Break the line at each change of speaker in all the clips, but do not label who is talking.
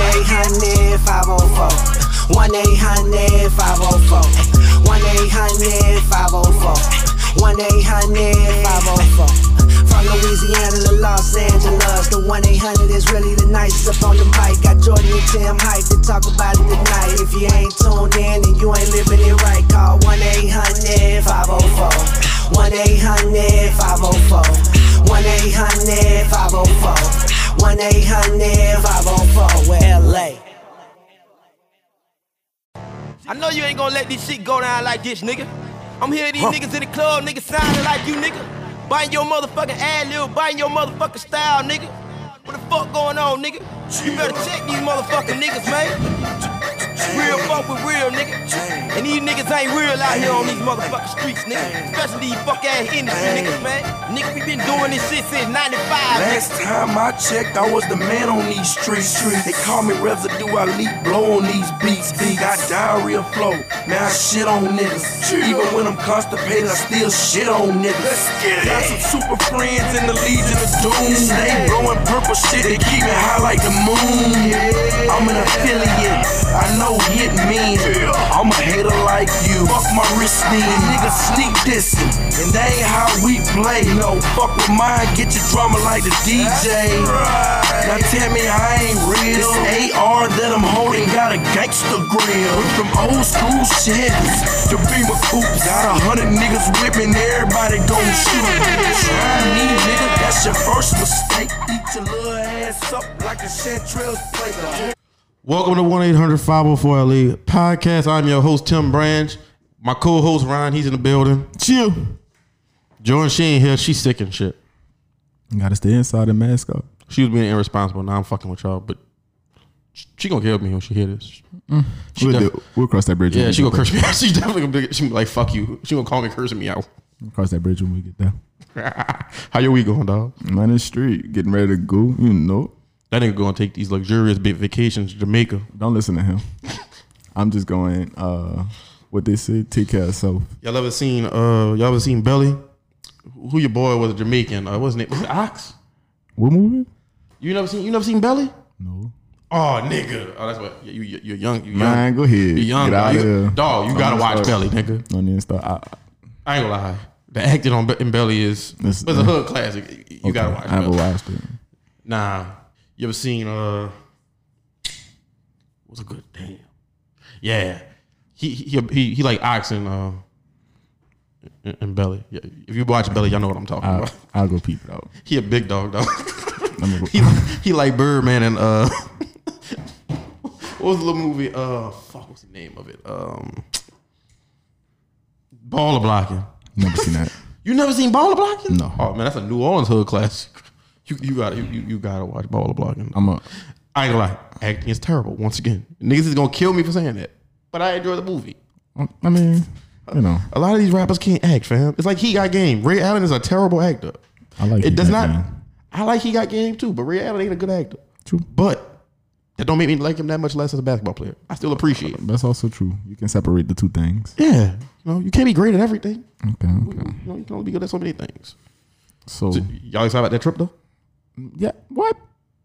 800 504. 1 800 504. 1 800 504. 1 800 504. From Louisiana to Los Angeles, the 1 800 is really the nicest up on the mic. Got Jordan and Tim Hype to talk about it tonight. If you ain't tuned in and you ain't living it right, call 1 800 504. 1 800 504. 1 800 504. 1 800 504 with LA.
I know you ain't gonna let this shit go down like this, nigga. I'm hearing these niggas in the club, niggas sounding like you, nigga. Biting your motherfucking ad lib, biting your motherfucking style, nigga. What the fuck going on, nigga? You better check these motherfucking niggas, man. Real fuck with real, nigga. And these niggas ain't real out here on these motherfucking streets, nigga. Especially these fuck ass industry niggas, man. Nigga, we been doing this shit since 95, nigga.
Last time I checked, I was the man on these streets. They call me residue, I leak blow on these beats. He got diarrhea flow, now I shit on niggas. Even when I'm constipated, I still shit on niggas. got some super friends in the Legion of Doom. They blowing purple shit, they keep it high like the moon. I'm an affiliate, I know hit mean. I'm a hater like you. Fuck my wrist need, niggas sneak dissing, and that ain't how we play. No, fuck with mine, get your drama like the DJ. Now tell me I ain't real. This AR that I'm holding got a gangster grill. We From old school Chevys to Beamer coupes, got a hundred niggas whipping, everybody gon' shoot. Try me, nigga, that's your first mistake. Eat your little ass up like a Chantrell's plate.
Welcome to 1 800 504 LE E podcast. I'm your host, Tim Branch. My co host, Ryan, he's in the building.
Chill.
Jordan, she ain't here. She's sick and shit.
Got us the inside and mask up.
She was being irresponsible. Now I'm fucking with y'all, but she- she gonna kill me when she hear this. She
We'll,
def-
do- we'll cross that bridge. when
yeah,
we
she
get
gonna curse me out. She's definitely gonna be, she gonna be like, fuck you. She gonna call me cursing me out.
there. Cross that bridge when we get there.
How your week going, dog?
Man, in the street, getting ready to go. You know,
That nigga gonna take these luxurious big vacations to Jamaica.
don't listen to him. I'm just going. uh What they say, take care of self.
Y'all ever seen uh y'all ever seen Belly? Who your boy was a Jamaican? Uh, what's his name? Was it Ox?
What movie?
You never seen you never seen Belly?
No.
Oh nigga. Oh that's what you, you you're young. You young.
Man, go ahead.
You young.
Get out
dog.
of
You-
here.
dog, you gotta
I'm
watch
sorry.
Belly, nigga.
Don't even start. I,
I ain't gonna lie. The acting on Be- in Belly is it's
This-
a hood classic. You gotta watch
I haven't
Belly.
watched it.
Nah. You ever seen uh what's a good damn? Yeah. He he he, he like Ox and uh and- and Belly. Yeah. If you watch Belly, y'all know what I'm talking
I,
about.
I'll go peep it out.
He a big dog though.
I'm gonna go-
he he like Birdman and uh what was the little movie? Uh fuck what's the name of it? Um Baller Blocking.
Never seen that.
You never seen Baller Blocking?
No.
Oh man, that's a New Orleans hood classic. You you gotta you, you, you gotta watch Baller Blocking.
I'm a.
I ain't gonna lie, acting is terrible once again. Niggas is gonna kill me for saying that. But I enjoy the movie.
I mean, you know,
A lot of these rappers can't act, fam. It's like he got game. Ray Allen is a terrible actor.
I like
it.
He
does
Got
not.
Game.
I like he got game too, but Ray Allen ain't a good actor.
True.
but that don't make me like him that much less as a basketball player. I still appreciate him.
that's also true. You can separate the two things.
Yeah, you know, you can't be great at everything.
Okay. okay.
You know, you can only be good at so many things.
So,
So, y'all excited about that trip though?
yeah. What?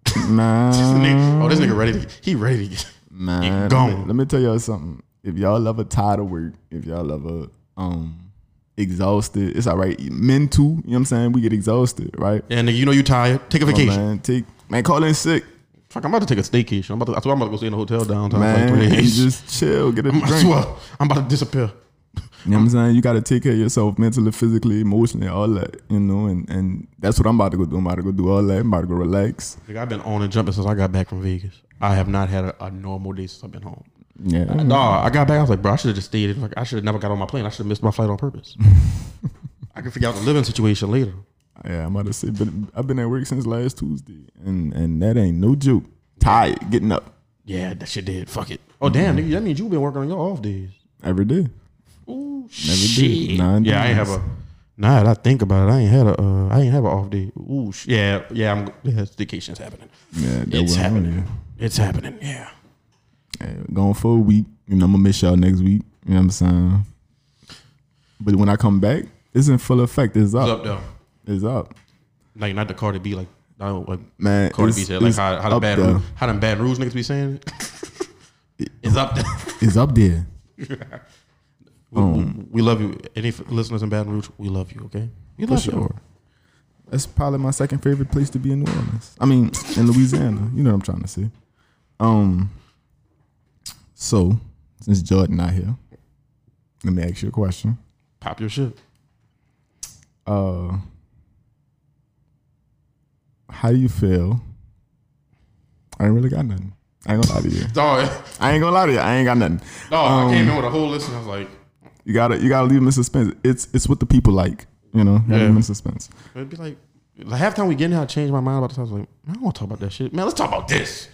This
Nah.
nigga- oh, this nigga ready to. He ready to. Get,
Man,
It
let
gone.
me- Let me tell y'all something. If y'all love a tired of work, if y'all ever um exhausted, it's all right. Men too, you know what I'm saying? We get exhausted, right?
yeah, nigga, you know you tired. Take a
Come on,
vacation.
man, take man, call in sick.
Fuck, I'm about to take a staycation. I'm about to. I swear I'm about to go stay in a hotel downtown.
Man,
for like three
and
days.
just chill, get a
I'm,
drink.
I
You know
swear, I'm about to disappear.
what I'm saying? You gotta take care of yourself mentally, physically, emotionally, all that, you know, and, and that's what I'm about to go do. I'm about to go do all that. I'm about to go relax.
Nigga, I've been on and jumping since I got back from Vegas. I have not had a, a normal day since I've been home.
Yeah.
Nah, I got back. I was like, bro, I should have just stayed. in- Like, I should have never got on my plane. I should have missed my flight on purpose. I can figure out the living situation later.
Yeah, I'm about to say, but I've been at work since last Tuesday and, and that ain't no joke. Tired, getting up
Yeah, that shit did. Fuck it. Oh damn, nigga, that means you been working on your off days.
every day.
Ooh,
did.
shit.
Nine
yeah, I ain't have
days.
a. Nah, that I think about it. I ain't had a. Uh, I ain't have an off day. Ooh, sh- yeah, yeah. I'm. Yeah, vacation's happening.
Yeah, that
It's
what I'm
happening.
gonna do.
It's happening. Yeah.
Hey, going for a week, and I'm gonna miss y'all next week. You know what I'm saying? But when I come back, it's in full effect. It's
What's
up.
up though?
It's up.
Like not the Cardi B, like know what
Man,
Cardi B
it's-
said, like
it's
how how the
up
bad
there.
Rouge- how them bad rules niggas be saying. it's up there.
It's up there.
We, we love you. Any f- listeners in Baton Rouge, we love you. Okay, we
Um, For
love you.
sure. That's probably my second favorite place to be in New Orleans. I mean, in Louisiana. You know what I'm trying to say. Um. So, since Jordan not here, let me ask you a question.
Pop your shit.
Uh, how do you feel? I ain't really got nothing. I ain't gonna lie to you.
Oh,
I ain't gonna lie to you. I ain't got nothing.
no,
Um,
I came in with a whole list and I was like,
You gotta, you gotta leave them in suspense. It's, it's what the people like. You know, yeah. leave
Yeah.
them in suspense.
it'd be like, like half time we get in, I changed my mind about this. I was like, man, I don't want to talk about that shit. Man, let's talk about this.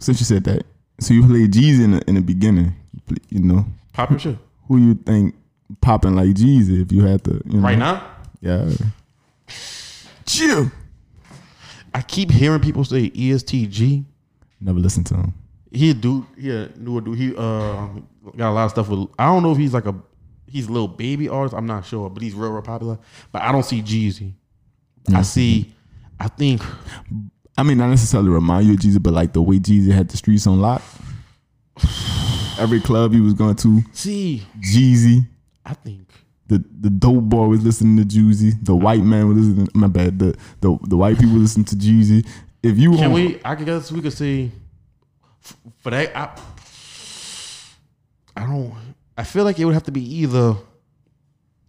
Since you said that, so you played Jeezy in the, in the beginning. You play- You know,
Pop your shit
who you think popping like Jeezy if you had to? You know?
right now.
Yeah. Chill.
I keep hearing people say E ESTG.
Never listen to him.
He a dude. He a newer dude. He uh got a lot of stuff with. I don't know if he's like a he's a little baby artist. I'm not sure, but he's real real popular. But I don't see Jeezy. I see. I think
I mean, not necessarily remind you of Jeezy, but like the way Jeezy had the streets on lock. Every club he was going to,
see.
Jeezy.
I think
The the dope boy was listening to Jeezy. The white man was listening. My bad. The the, the white people listened to Jeezy. If you
Can
on-
we? I guess we could see. f- For that, I, I don't. I feel like it would have to be either.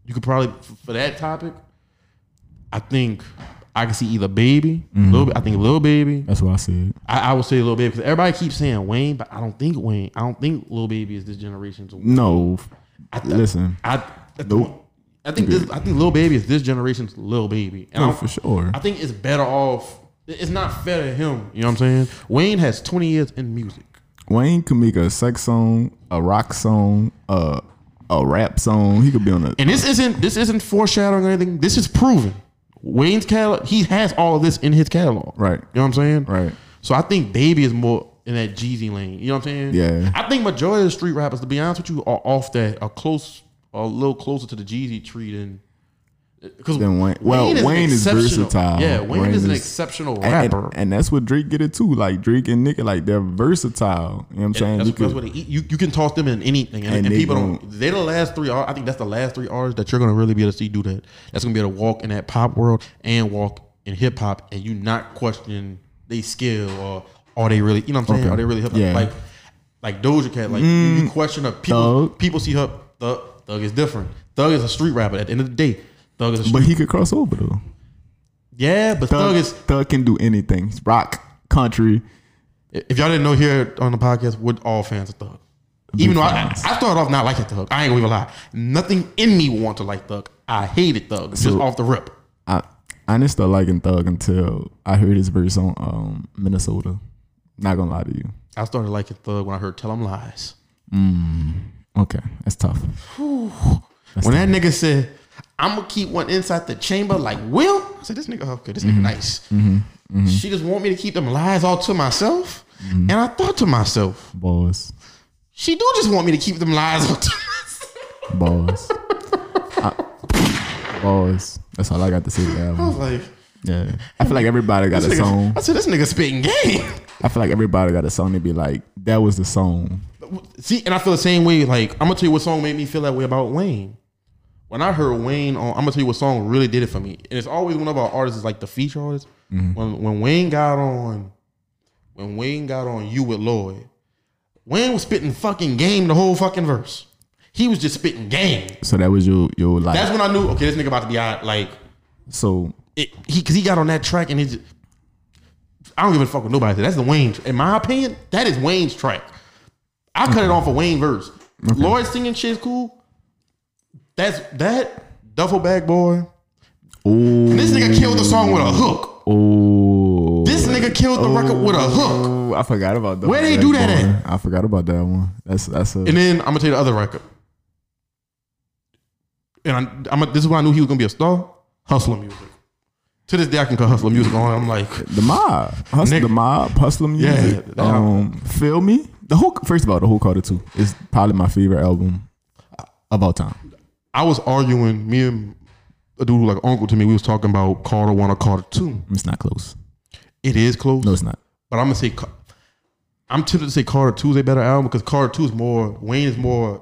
You could probably f- for that topic. I think I could see either baby, little. I think little baby.
that's what I said.
I, I would say little baby because everybody keeps saying Wayne, but I don't think Wayne. I don't think little baby is this generation's.
No, listen.
I, I
Nope.
I think this, I think little baby is this generation's little baby. And
Oh,
I-
for sure.
I think it's better off. It's not fair to him. You know what I'm saying? Wayne has 20 years in music.
Wayne could make a sex song, a rock song, a a rap song. He could be on a.
And this isn't this isn't foreshadowing or anything. This is proven. Wayne's catalog, he has all of this in his catalog.
Right.
You know what I'm saying?
Right.
So I think Baby is more in that Jeezy lane. You know what I'm saying?
Yeah.
I think majority of the street rappers, to be honest with you, are off that are close are a little closer to the Jeezy tree than uh, because
Than Wayne- well, Wayne is versatile.
Yeah, Wayne,
Wayne
is an
is-
exceptional
And,
rapper.
and, and that's what Drake get it too. Like Drake and Nicki, like they're versatile. You know what I'm saying?
And that's,
You could-
that's what they eat. You, you can toss them in anything, and,
And
and,
they
people
gonna-
don't. They're the last three. ar- I think that's the last three artists that you're gonna really be able to see do that. That's gonna be able to walk in that pop world and walk in hip hop, and you not question they skill or are they really? You know what I'm saying?
Okay.
Are they really hip hop?
Yeah. Mm.
Like like Doja Cat. Like you- you question her. People
Thug.
people see her. Thug, Thug is different. Thug is a street rapper. At the end of the day, Thug is a
but
street.
he could cross over though.
yeah, but
Thug,
Thug is
Thug can do anything. Rock, country.
If y'all didn't know here on the podcast, we're all fans of Thug. Even though I, I
fans.
started off not liking Thug, I ain't gonna even lie. Nothing in me want to like Thug. I hated Thug just
So-
off the rip.
I I didn't start liking Thug until I heard his verse on um, Minnesota. Not gonna lie to you.
I started liking Thug when I heard "Tell 'Em Lies."
Okay, that's tough.
when that nigga said, "I'm gonna keep one inside the chamber," like Will, I said, "This nigga okay, this nigga nice." She just want me to keep them lies all to myself, and I thought to myself,
Boys,
she do just want me to keep them lies all to myself.
boys, boys. That's all I got to say. to that
I
one.
was like,
Yeah, I feel like everybody got a
this nigga-
song.
I said, this nigga spitting game.
I feel like everybody got a song to be like, that was the song.
See, and I feel the same way. Like I'm gonna tell you what song made me feel that way about Wayne. When I heard Wayne on, I'm gonna tell you what song really did it for me. And it's always one of our artists, is like the feature artist. When when Wayne got on, when Wayne got on you with Lloyd, Wayne was spitting fucking game the whole fucking verse. He was just spitting game.
So that was your your like.
That's when I knew, okay, this nigga about to be out. Like
so
it, he, cause he got on that track and it. Just, I don't give a fuck what nobody said. That's the Wayne. In my opinion, that is Wayne's track. I cut it off for Wayne verse. Lloyd singing shit is cool. That's that duffel bag boy.
oh
This nigga killed the song with a hook.
oh.
This nigga killed the record with a hook.
Oh, I forgot about that.
Where
one.
they do that
one. I forgot about that one. That's that's a.
And then I'm gonna tell you the other record. And I'm, I'm this is when I knew he was gonna be a star. Hustler music. To this day, I can cut hustler music on. I'm like,
the mob, hustle,
Nigga.
the mob, hustler
Yeah,
music.
that-
um, feel me. The whole first of all, the whole Carter two is probably my favorite album of all time.
I was arguing. Me and a dude who like uncle to me. We was talking about Carter one or Carter two.
It's not close.
It is close.
No, it's not.
But I'm gonna say, Ca- I'm tempted to say Carter Two is a better album because Carter Two is more Wayne is more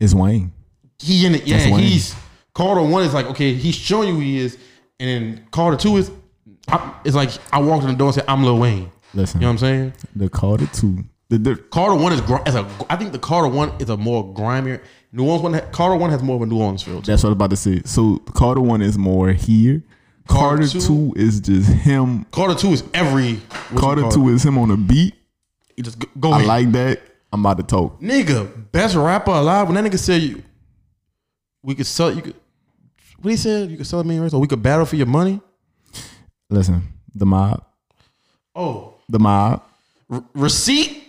It's Wayne.
he in it. Yeah,
Wayne.
he's Carter One is like okay, he's showing you who he is, and then Carter Two is I, it's like I walked in the door and said I'm Lil Wayne.
Listen,
You know what I'm saying?
the Carter two. The, the
Carter One is gr- is a I think the Carter One is a more grimier. New Orleans one ha- Carter One has more of a New Orleans feel. to it.
that's what I was about to say. So Carter one is more here. Carter,
Carter
two is just him.
Carter Two is every what's
Carter
it called?
two is him on a beat.
You just go, go
I
ahead.
like that. I'm about to talk.
nigga best rapper alive. When that nigga said you, we could sell you could. What he said? You could sell me in race, or we could battle for your money.
Listen, the mob,
Oh,
the mob.
Re- receipt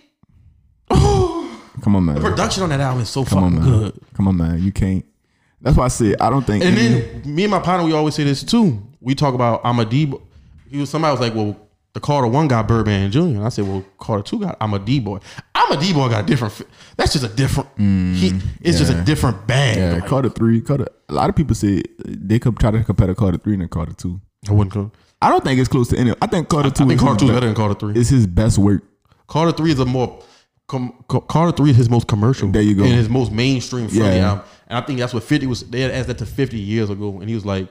Come on, man.
production on that album is so
Come on,
fucking
man.
good.
Come on, man. You can't. That's why I said I don't think.
And
any-
then me and my partner, we always say this too. We talk about Amadibo. He was somebody was like, well, the Carter one got Birdman Jr. And I said, well, Carter two got I'm a D boy. I'm a D boy got a different. fi- That's just a different. he, it's just a different bag.
Mm, yeah,
Like,
Carter three, Carter. A lot of people say they could try to compare to Carter three and then Carter two.
I wouldn't. Call,
I don't think it's close to any. I think Carter two.
I think
is
Carter two is
his be-
better than Carter three.
It's his best work.
Carter three is a more. Com, Ca- Carter three is his most commercial.
There you go.
And his most mainstream from the
Yeah.
album. And I think that's what Fifty was. They had asked that to Fifty years ago, and he was like,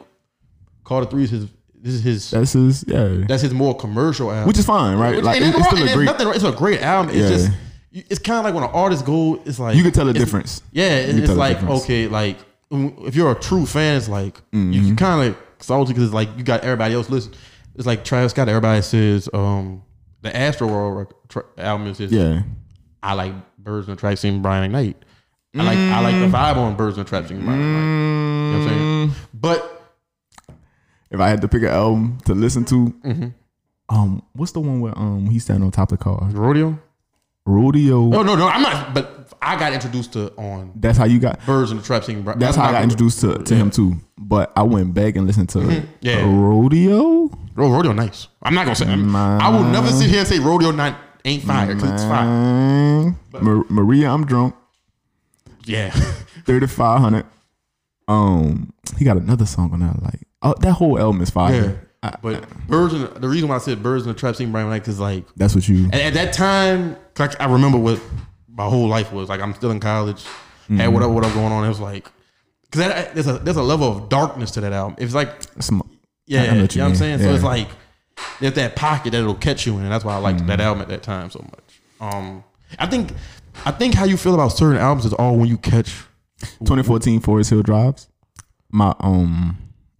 Carter three is his. This is his.
That's his. Yeah,
That's his more commercial album.
which is fine, right?
Which-
like
and
it-
it's,
it's still a great.
nothing wrong. It's a great album. It's
Yeah.
just you- it's kind of like when an artist go, it's like
You can tell the
it's-
difference.
Yeah,
can
it's
tell the
like
difference.
okay, like mm, if you're a true fan, it's like you,
Mm-hmm.
you kind of salty because it's like you got everybody else listen. It's like Travis Scott. Everybody says um, the Astro World rec- tr- album is his.
Yeah,
I like Birds and Traps and Brian Ignite. I like I like the vibe on Birds and Traps and Brian Ignite. You know what
Mm.
I'm saying? But
if I had to pick an album to listen to,
Mm-hmm.
um, what's the one where um he standing on top of the car?
rodeo?
Rodeo.
No, no, no. I'm not. But I got introduced to on
That's how you got.
Birds and the Trap Singing. Bri-
That's how I
not
got
Rodeo.
introduced to, to him too. But I went back and listened to
Mm-hmm. Yeah.
Rodeo.
Bro, rodeo nice. I'm not gonna say. I'm, I will never sit here and say rodeo not ain't fire because it's fire.
Man. Ma- Maria, I'm drunk.
Yeah,
Thirty five hundred. Um, he got another song on that. Like, oh, that whole album is fire.
yeah.
I-
but birds. And, the reason why I said birds and the trap scene, Brian, like, cause like
that's what you.
at, at that time, 'cause I, I remember what my whole life was. Like I'm still in college,
Mm-hmm.
had whatever whatever going on. It was like, cause that, there's a there's a level of darkness to that album. It's like
Sm-
yeah,
I know
you,
what you
know what I'm
mean.
saying. So
Yeah.
it's like there's that pocket that'll catch you in, and that's why I liked
Mm-hmm.
that album at that time so much. Um, I think I think how you feel about certain albums is all when you catch.
2014 Forest Hill Drives. My um,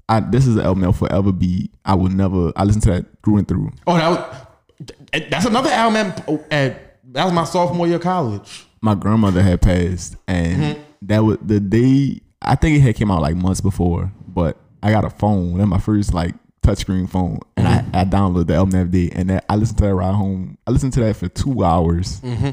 I this is an album that'll forever be. I will never. I listen to that through and through.
Oh, that was, th- that's another album. At, at- that was my sophomore year of college.
My grandmother had passed, and
Mm-hmm.
that was the day. I think it had came out like months before, but I got a phone. That my first like touchscreen phone, and
Mm-hmm.
I, I downloaded the album that day, and that, I listened to that ride home. I listened to that for two hours
Mm-hmm.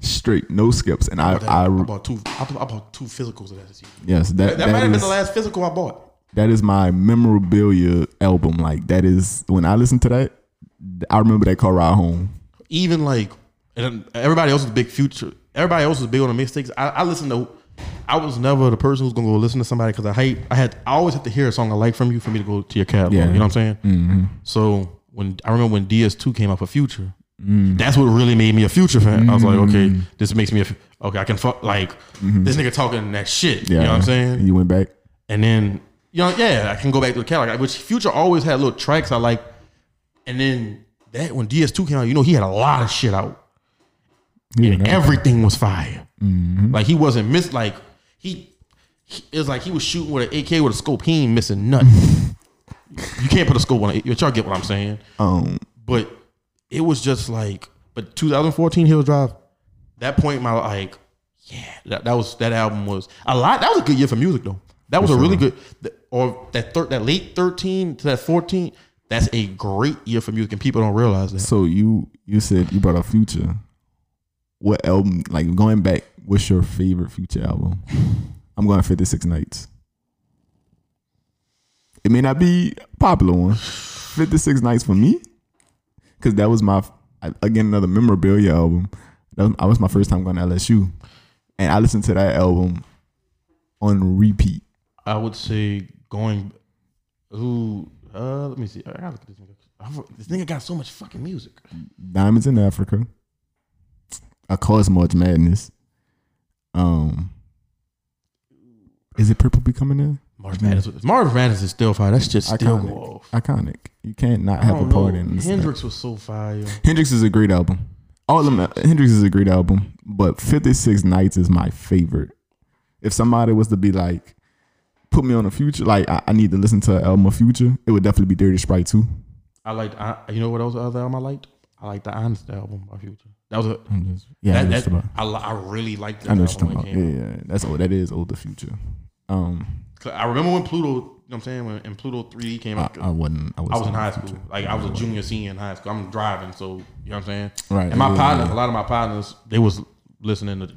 straight, no skips, and I,
I,
I,
bought two. I bought, I bought two physicals of that. This year.
yes, that
That, might have
is,
been the last physical I bought.
that is my memorabilia album. Like that is when I listen to that, I remember that car ride home.
Even like and everybody else was big future. Everybody else was big on the mistakes. I, I listened to. I was never the person who's gonna go listen to somebody because I hate. I had. I always have to hear a song I like from you for me to go to your catalog.
Yeah.
You know what I'm saying? So when I remember when DS2 came out for Future, that's what really made me a Future fan. I was like, okay, this makes me a. f- Okay, I can fuck like this nigga talking that shit. You know what I'm saying?
You went back.
And then, you know, yeah, I can go back to the catalog, which Future always had little tracks I like. And then that when DS2 came out, you know, he had a lot of shit out.
Yeah,
And
that-
everything was fire. Like he wasn't miss like he, he it was like he was shooting with an AK with a scope. He ain't missing nothing. you can't put a scope on it. Y'all get what I'm saying.
um,
But it was just like, but 2014 Hill Drive, that point in my like, yeah, that, that was that album was a lot. That was a good year for music though. That was a really good, th- or that thir- that late 13 to that 14. That's a great year for music, and people don't realize that.
so you you said you brought up Future. What album? Like going back, what's your favorite Future album? I'm going Fifty Six Nights. It may not be a popular one. Fifty Six Nights for me, because that was my I- again another memorabilia album. That was, I was my first time going to LSU, and I listened to that album on repeat.
I would say going who uh let me see. I gotta look at this nigga. I for- This nigga got so much fucking music.
Diamonds in Africa. I cause much madness. Um, is it purple becoming in?
Marv Madness, was- Marv Madness is still fire. That's just still go
Iconic.
off.
Iconic. You can't not
I
have a
don't know.
part in this.
Hendrix was so fire.
Hendrix is a great album. All of them, uh, Hendrix is a great album, but 56 Nights is my favorite. If somebody was to be like, put me on a future, like I, I need to listen to an album of future, it would definitely be Dirty Sprite 2.
I liked. I, you know what else other album I liked? I liked the Honest album by Future. That was a
Yeah,
that,
that's
that,
Mm, about.
I, li- I really liked that
I know what you're
album
talking
when it
about. Yeah,
came out.
yeah, that's old. That is old. The future. Um,
'Cause I remember when Pluto, you know what I'm saying, when and Pluto 3D came
I,
out.
I wasn't. I was,
I was in high school. Like I was a junior, senior in high school. I'm driving, so you know what I'm saying.
Right,
And my
yeah,
partners,
yeah.
a lot of my partners, they was listening to.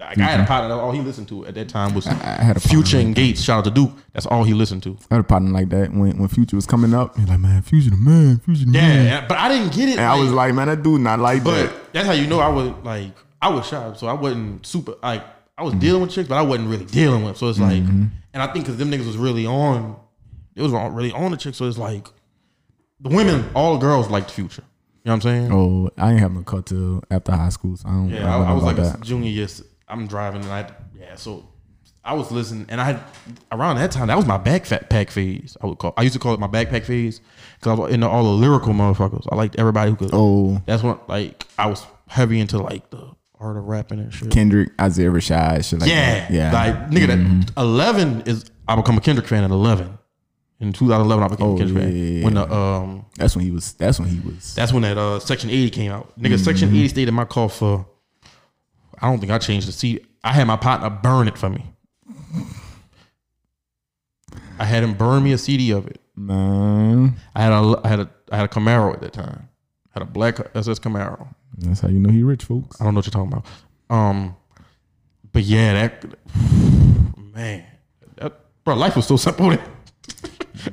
Like I had a partner. All he listened to at that time was
I had a
Future
partner.
and Gates. Shout out to Duke. That's all he listened to.
I had a partner like that when when Future was coming up. He's like, man, Future the man, Future the
Yeah,
man.
but I didn't get it.
And I was like, man, that dude not like
but
that.
that's how you know I was like, I was shy, so I wasn't super like I was dealing with chicks, but I wasn't really dealing with. 'em. So it's like,
Mm-hmm.
and I think because them niggas was really on, it was on- really on the chicks. So it's like, the women, all girls liked Future. You know what I'm saying?
Oh, I ain't have no cut till after high school. So I don't.
Yeah, I,
don't
I
know
was
about
like a
that.
junior. Yes, I'm driving, and I yeah. So I was listening, and I had around that time that was my backpack phase. I would call. I used to call it my backpack phase because I was into all the lyrical motherfuckers. I liked everybody who could.
Oh,
That's when like I was heavy into like the art of rapping and shit.
Kendrick, Isaiah Rashad, shit like
yeah,
that. Yeah. Mm-hmm.
Like nigga, that eleven is I become a Kendrick fan at eleven. In 2011, I became
Oh,
a Kendrick fan.
yeah, yeah, yeah.
When the um,
that's when he was. That's when he was.
that's when that uh Section 80 came out. Nigga,
Mm-hmm.
Section 80 stayed in my car for I don't think I changed the seat. I had my partner burn it for me. I had him burn me a CD of it.
man,
I had a I had a I had a Camaro at that time. I had a black SS Camaro.
that's how you know he rich, folks.
I don't know what you're talking about. Um but yeah, that man. That, bro, life was so simple. then.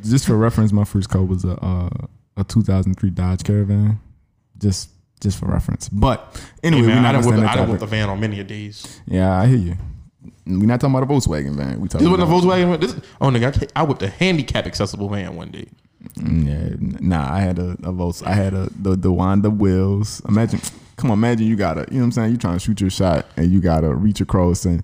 Just for reference, my first car was a uh, a 2003 Dodge Caravan. Just just for reference. But anyway,
Man,
we're
I
not
done
gonna
whipped
stand
I
that
done
topic.
whipped the van on many of these.
Yeah, I hear you. We're not talking about a Volkswagen van. We talking
This wasn't
about
a Volkswagen. van. This, oh nigga, I, can't- I whipped a handicap accessible van one day.
Mm, Yeah, n- nah. I had a, a Volks. I had a the the wind up wheels. Imagine, come on, imagine you gotta. You know what I'm saying? You trying to shoot your shot and you gotta reach across and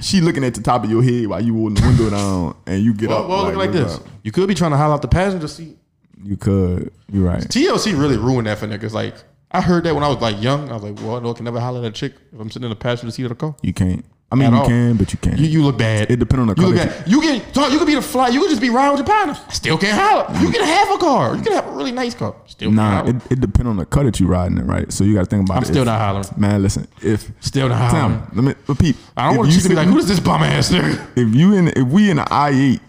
she looking at the top of your head while you rolling the window down and you get
Well,
up.
Oh, well look like this.
what's up?
You could be trying to holler out the passenger seat.
You could. You're right.
TLC really ruined that for niggas. Like I heard that when I was like young. I was like, well, no, I can never holler at a chick if I'm sitting in the passenger seat of the car.
You can't. I mean,
At
you
all.
can, but you can't.
You, you look bad.
It depend on the
you look
color.
bad. You can so you could be the fly. You could just be riding with your partner. Still can't holler. You can have a car. You can have a really nice car. Still
nah,
can't holler.
it, it depend on the car that you riding in, right? So you gotta think about
I'm
it.
still
If-
not hollering.
Man, listen. If
Still not hollering.
Tim, let me repeat.
I don't
If
want you to be
sitting-
like, who is this bum ass nigga?
if you in if we in the I eight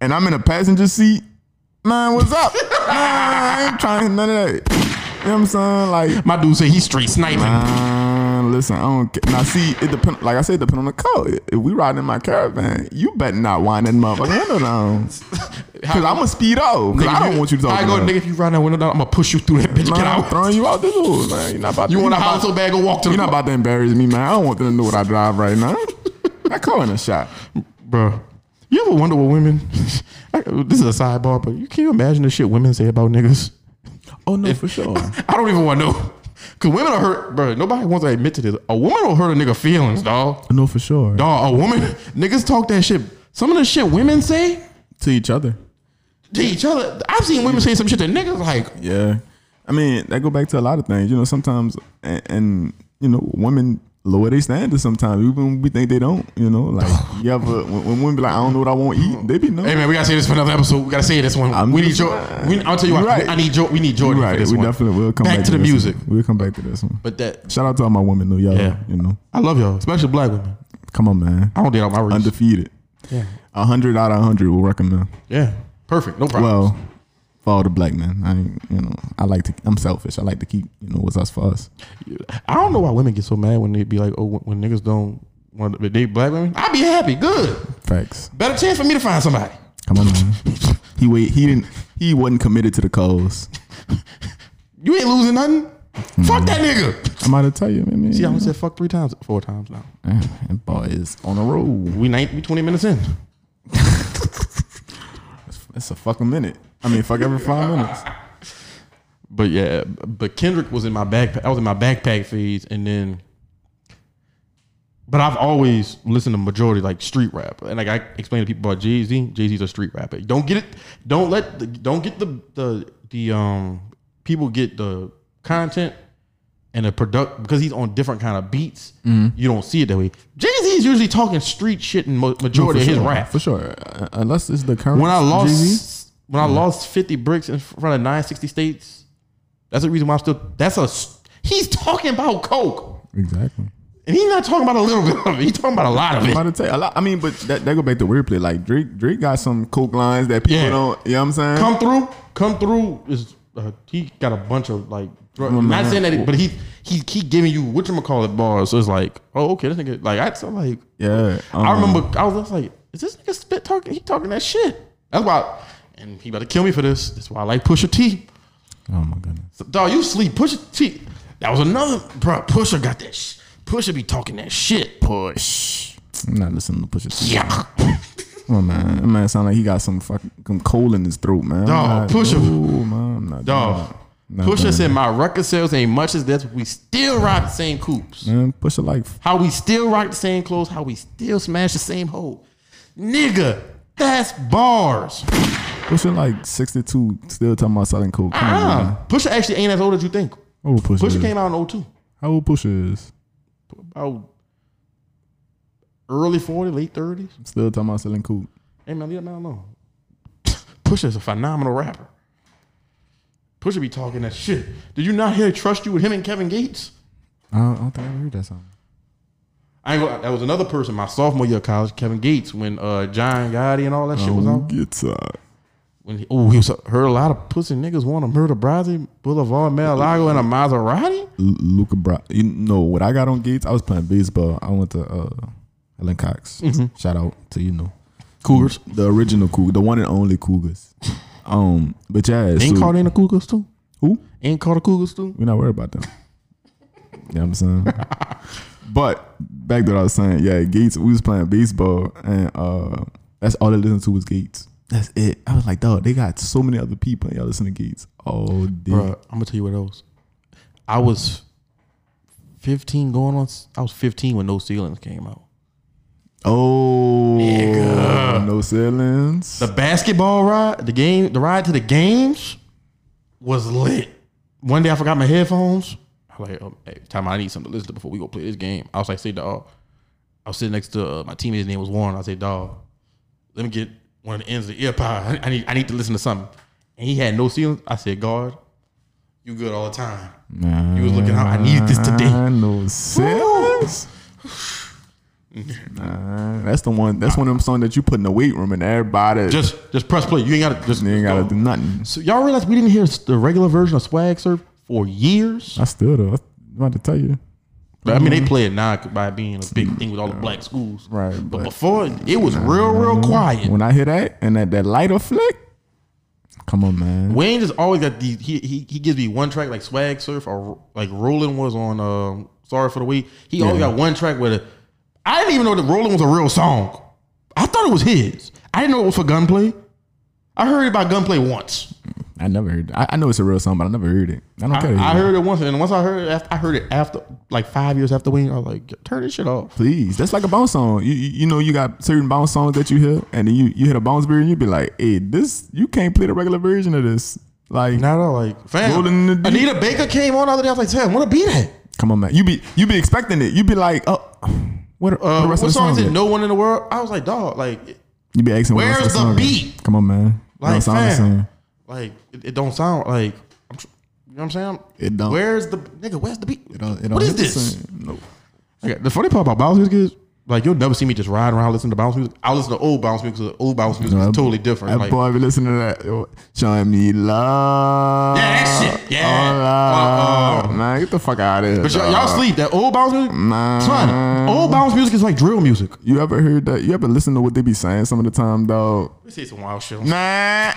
and I'm in a passenger seat, man, what's up? man, I ain't trying none of that. You know what I'm saying? Like,
My dude said he's straight sniping.
man, listen, I don't care. Now see, it depend like I said, it depend on the color. If we riding in my caravan, you better not wind that motherfucker window down. Cause I'ma speed up. Cause I
Nigga,
don't want you to talk
I
to
go,
me.
nigga, if you ride that window down, I'm gonna push you through that bitch.
Man,
Get
I'm
out.
throwing you out the door, man. You're not about
You
to,
want to
you're not
holler so
about,
bad? Go walk to the
you're not about to embarrass me, man. I don't want them to know what I drive right now. I call in a shot.
Bro, you ever wonder what women? I- this is a sidebar, but you can you imagine the shit women say about niggas?
Oh no, for sure.
I don't even want to know. Cause women are hurt, bro. Nobody wants to admit to this. A woman will hurt a nigga feelings, dog.
No, for sure.
Dog, a woman, niggas talk that shit. Some of the shit women say
to each other.
to each other. I've seen women say some shit to niggas like,
Yeah, I mean that go back to a lot of things. You know, sometimes and, and you know women lower their standards sometimes. Even when we think they don't. You know, like you ever when, when women be like, I don't know what I want to eat. They be no.
"Hey man, we gotta say this for another episode. We gotta say this one.
I'm
we need
just-
Jordan. We, I'll tell you
You're
what.
right.
I need Jordan. We need
You're
Jordan
right.
for this
We
one.
definitely will come
back,
back,
to the
this
music.
one. We'll come back to this one.
But that,
Shout out to all my women, though, y'all.
Yeah.
You know,
I love y'all, especially black women.
come on, man.
I don't date all my race.
Undefeated.
yeah,
A hundred out of a hundred will recommend.
yeah, perfect. No problem.
Well, for all the black men, I ain't, you know I like to. I'm selfish. I like to keep you know what's us for us.
I don't know why women get so mad when they be like, oh, when, when niggas don't want to date black women. I'd be happy. Good.
Facts.
Better chance for me to find somebody.
Come on, man. He wait. He didn't. He wasn't committed to the cause.
You ain't losing nothing. Fuck that nigga.
I'm about to tell you, man. man
See, I only Mm-hmm. said fuck three times, four times now.
that boy is on a roll.
We nine, we 20 minutes in.
It's a fucking minute. I mean, fuck every five minutes.
But yeah, but Kendrick was in my backpack. I was in my backpack phase, and then. But I've always listened to majority like street rap, and like I explain to people about Jay Z. Jay Z's a street rapper. Don't get it. Don't let. The, don't get the the the um people get the content and the product because he's on different kind of beats.
Mm-hmm.
You don't see it that way. Jay Z is usually talking street shit in mo- majority
for
of his
sure,
rap.
for sure. Uh, Unless it's the current.
When I lost,
Jay-Z.
when I lost fifty bricks in front of nine sixty states, that's the reason why I'm still. That's a. s- He's talking about coke,
exactly.
and he's not talking about a little bit of it. He's talking about a lot of
I'm about
it.
to tell you, a lot, I mean, but that, that go back to wordplay. Like Drake, Drake got some coke lines that people
Yeah.
don't. You know what I'm saying?
Come through, come through is. Uh, he got a bunch of like, drug,
Well,
not
Oh, man.
saying that, he, but he he keep giving you what you call it bars. So it's like, oh okay, this nigga like I so like
yeah.
I
um,
remember I was, I was like, is this nigga spit talking? He talking that shit. That's why, and he about to kill me for this. That's why I like Pusha T.
Oh my goodness.
So, dog, you sleep. Pusha T. That was another bro. Pusha got that. Sh- Pusha be talking that shit. Push.
I'm not listening to Pusha T.
Yeah.
Come on, man. That man sound like he got some fucking some coal in his throat, man. I'm
Dog,
not-
Pusha-
Ooh, man, I'm not.
Dog.
Nah,
Pusha
man.
said my record sales ain't much as that. but We still rock the same coops.
Man, Pusha like
How we still rock the same clothes. How we still smash the same hole. Nigga, that's bars.
Pusha like 62, still talking about selling coke. Come on,
Uh-uh.
man.
Pusha actually ain't as old as you think.
How old Pusha,
Pusha
is?
came out in 02.
How old Pusha is?
about early 40, late 30s.
Still talking about selling coke.
Hey, man, leave that man alone. Pusha's a phenomenal rapper. Pusha be talking that shit. Did you not hear Trust You with him and Kevin Gates?
I don't, I don't think I ever heard that song.
I ain't gonna, that was another person my sophomore year of college, Kevin Gates, when uh, John Gotti and all that shit was out.
Get tired.
When he, oh, he was heard a lot of pussy niggas want to murder Brazzy Boulevard, Malago, and a Maserati.
L- Luca Bra. You know what I got on Gates? I was playing baseball. I went to uh, Helen Cox.
Mm-hmm.
Shout out to you know
Cougars.
the original Cougar, the one and only Cougars. Um, but yeah,
Ain't
so-
called in the Cougars too.
who?
Ain't called the Cougars too.
We're not worried about them. you know what I'm saying? but back to what I was saying, yeah, Gates, we was playing baseball and uh that's all they listened to was Gates. That's it. I was like, dog, they got so many other people and y'all listen to Gates all day.
Bruh, I'm gonna tell you what else. I was 15 going on. I was 15 when No Ceilings came out.
Oh no ceilings.
The basketball ride, the game, the ride to the games was lit. One day I forgot my headphones. I was like, oh, hey, time out, I need something to listen to before we go play this game. I was like, say dog. I was sitting next to uh, my teammate's name was Warren. I said, dog, let me get one of the ends of the ear pod. I, I need, I need to listen to something. And he had No Ceilings. I said, guard, you good all the time. You was looking out. I need this today.
I know ceilings. Nah, that's the one. That's one of them songs that you put in the weight room and everybody just
Just just press play. You ain't gotta just
you ain't gotta do nothing.
So y'all realize we didn't hear the regular version of Swag Surf for years.
I still though. I'm about to tell you.
I mean, they play it now by being a big thing with all the black schools.
Mm-hmm. Right,
But
but- Mm-hmm.
before it was real, real quiet.
When I hear that and that, that lighter flick, come on, man.
Wayne just always got the he, he he gives me one track like Swag Surf or like Roland was on um Sorry for the Week. He always
Yeah.
got one track with a I didn't even know that Roland was a real song. I thought it was his. I didn't know it was for Gunplay. I heard about Gunplay once.
I never heard. I, I know it's a real song, but I never heard it. I don't care. to
I, I
hear it.
heard it once, and once I heard it, after, I heard it after like five years after Wayne. I was like, turn this shit off.
Please, that's like a bounce song. You, you you know you got certain bounce songs that you hear, and then you you hit a bounce beat, and you be like, "Hey, this you can't play the regular version of this." Like,
Not at all. Like,
Rolling in the
fam,
deep.
Anita Baker came on the other day. I was like, damn, what a beat at?
come on, man. You be you be expecting it. You be like, "Oh, what?
Uh,
the
what
rest of the
song is it?
yet?
No one in the world. I was like, dog, like, it-
You be asking, what rest of
Where's the
song is.
beat?
Come on, man.
Like,
That's all I'm
fam.
saying.
like it, it don't sound like. I'm, tr- you know what I'm saying?
It don't.
Where's the nigga? Where's the beat?
It don't- it don't
what is
hit the
this?
same. No.
Like, the funny part about bounce music is, like, you'll never see me just ride around listening to bounce music. I listen to old bounce music because old bounce music
No,
is
that-
totally different.
That
Like,
boy be listening to that. yo, Showing me love.
Yeah, that shit. Yeah.
All love.
Uh-uh.
Man, get the fuck out of here.
but y'all, y'all
dog.
sleep Oh, that old bounce music.
Nah.
Son, old bounce music is like drill music.
You ever heard that? You ever listen to what they be saying some of the time, dog?
We see some wild shit.
Nah.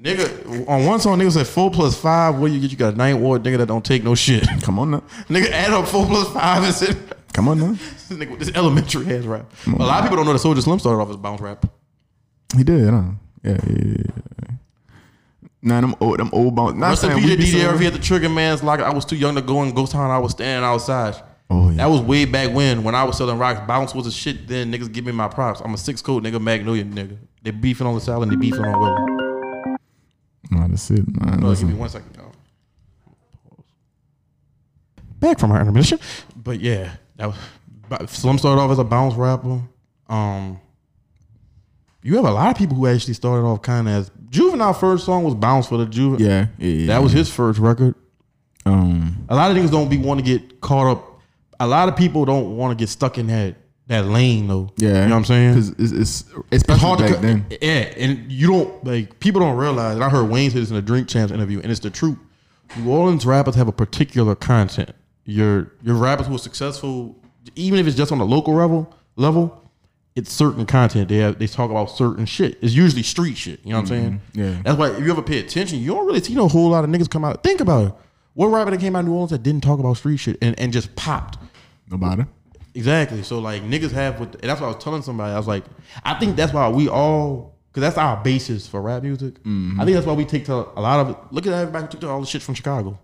Nigga, on one song, nigga said four plus five. What you get? You got a night ward, nigga that don't take no shit.
Come on now.
nigga, add up four plus five and said,
Come on now.
nigga, with this elementary ass rap. a lot of people don't know that Soldier Slim started off as bounce rap.
He did, huh? Yeah, yeah, yeah, yeah. Nah, them old, them old bounce. Not
Rest in
saying
peace
we
to
be
DDRV
somewhere-
at the Trigger Man's Locker. I was too young to go in Ghost Town. I was standing outside.
Oh yeah,
That was way back when, when I was selling rocks. Bounce was a shit then. Niggas give me my props. I'm a six coat nigga, Magnolia nigga. They beefing on the salad and they beefing on Willow.
nah, that's it. Nah,
Hold on, give
listen.
me one second, y'all. Back from our intermission. But yeah, that was but Slim started off as a bounce rapper. Um you have a lot of people who actually started off kind of as juvenile. First song was "Bounce" for the juvenile.
yeah, yeah, yeah.
that was his first record.
um.
a lot of niggas don't be want to get caught up. A lot of people don't want to get stuck in that that lane though.
Yeah,
you know what I'm saying.
Because it's, it's especially
It's hard to
back
co-
then.
yeah, and you don't like people don't realize. And I heard Wayne say this in a Drink Champs interview, and it's the truth. New Orleans rappers have a particular content. Your your rappers who are successful, even if it's just on a local level, level, it's certain content. They have, they talk about certain shit. It's usually street shit. You know what I'm saying?
Mm-hmm. yeah.
That's why if you ever pay attention, you don't really see no whole lot of niggas come out. Think about it. What rapper that came out of New Orleans that didn't talk about street shit and, and just popped?
Nobody.
Exactly. So like niggas have what and that's what I was telling somebody. I was like, I think that's why we all because that's our basis for rap music.
Mm-hmm.
I think that's why we take to a lot of it. Look at everybody who took to all the shit from Chicago.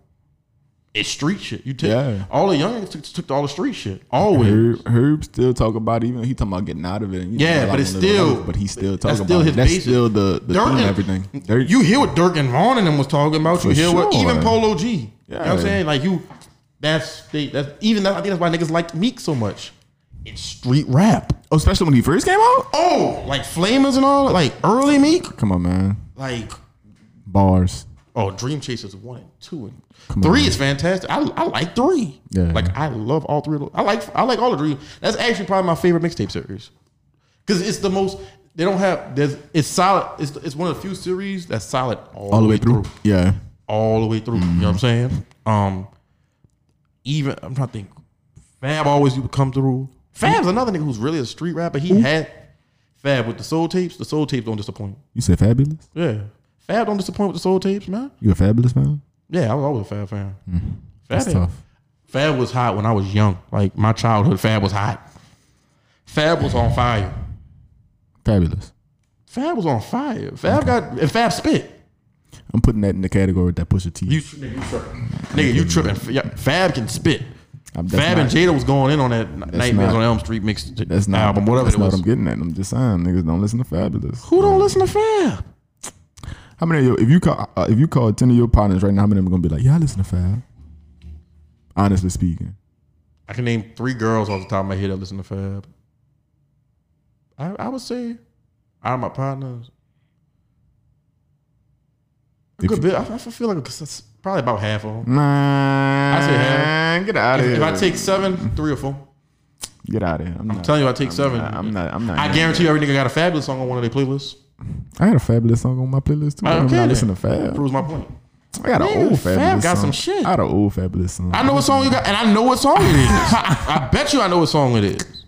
It's street shit. You take
Yeah.
all the young niggas took, took to all the street shit. Always.
Herb, Herb still talk about it, even he talking about getting out of it. and, you
Yeah,
know,
but
like,
it's
living
still-
life, but he still
that's
talking
still
about
his
it. That's
basis.
still the the
Dirk
theme,
and-
everything. Dirk-
You hear what Dirk and Vaughn and them was talking about. You
For
hear what
sure.
even Polo G. You know what I'm
Yeah.
saying? Like you that's they that's even that, I think that's why niggas liked Meek so much. It's street rap.
oh, especially when he first came out.
Oh, like Flamers and all, like early Meek,
Come on, man,
like
bars.
Oh, Dream Chasers one and two and
Come
three
on.
is fantastic. I, I like three.
Yeah.
like I love all three. of those. I like I like all the dream. That's actually probably my favorite mixtape series because it's the most. They don't have. There's it's solid. It's it's one of the few series that's solid all,
All the way through. Mm-hmm. Yeah,
All the way through. You know what I'm saying? Um, even I'm trying to think. Fab always used to come through. Fab's another nigga who's really a street rapper. He had Fab with the soul tapes. The soul tapes don't disappoint.
you said fabulous.
Yeah, Fab don't disappoint with the soul tapes, man.
You a fabulous man.
Yeah, I was always a Fab fan. Fab,
Mm. That's tough.
Fab was hot when I was young. Like my childhood, Fab was hot. Fab was on fire.
Fabulous.
Fab was on fire. Fab got and Fab spit.
I'm putting that in the category with that push of T.
You nigga, you tripping? Nigga, you tripping? Yeah, Fab can spit.
I'm- that's
Fab and
not-
Jada was going in on that Nightmares
not-
on Elm Street mixed
That's not
album, whatever
That's
it was.
not what I'm getting at. I'm just saying, niggas don't listen to fabulous.
Who don't listen to Fab?
How many of you, if you call uh, if you call ten of your partners right now, how many of them gonna be like, yeah, I listen to Fab? Honestly speaking,
I can name three girls off the top of my head that listen to Fab. I, I would say out of my partners. A
If
good bit. I, I feel like it's probably about half of them.
man,
say half.
get out of
If
here.
I take seven, three or four,
get out of here. I'm,
I'm
not,
telling you, I take
Mm-hmm.
seven.
I'm Not, I'm not. I'm not.
I guarantee you, every nigga got a fabulous song on one of their playlists.
I got a fabulous song on my playlist too. I don't
Okay,
not
then.
listen to Fab.
Proves my point.
I got
Nigga,
an old
Fab
fabulous
got
song.
some shit.
I got an old fabulous song.
I know what song you got, and I know what song it is. I bet you I know what song it is.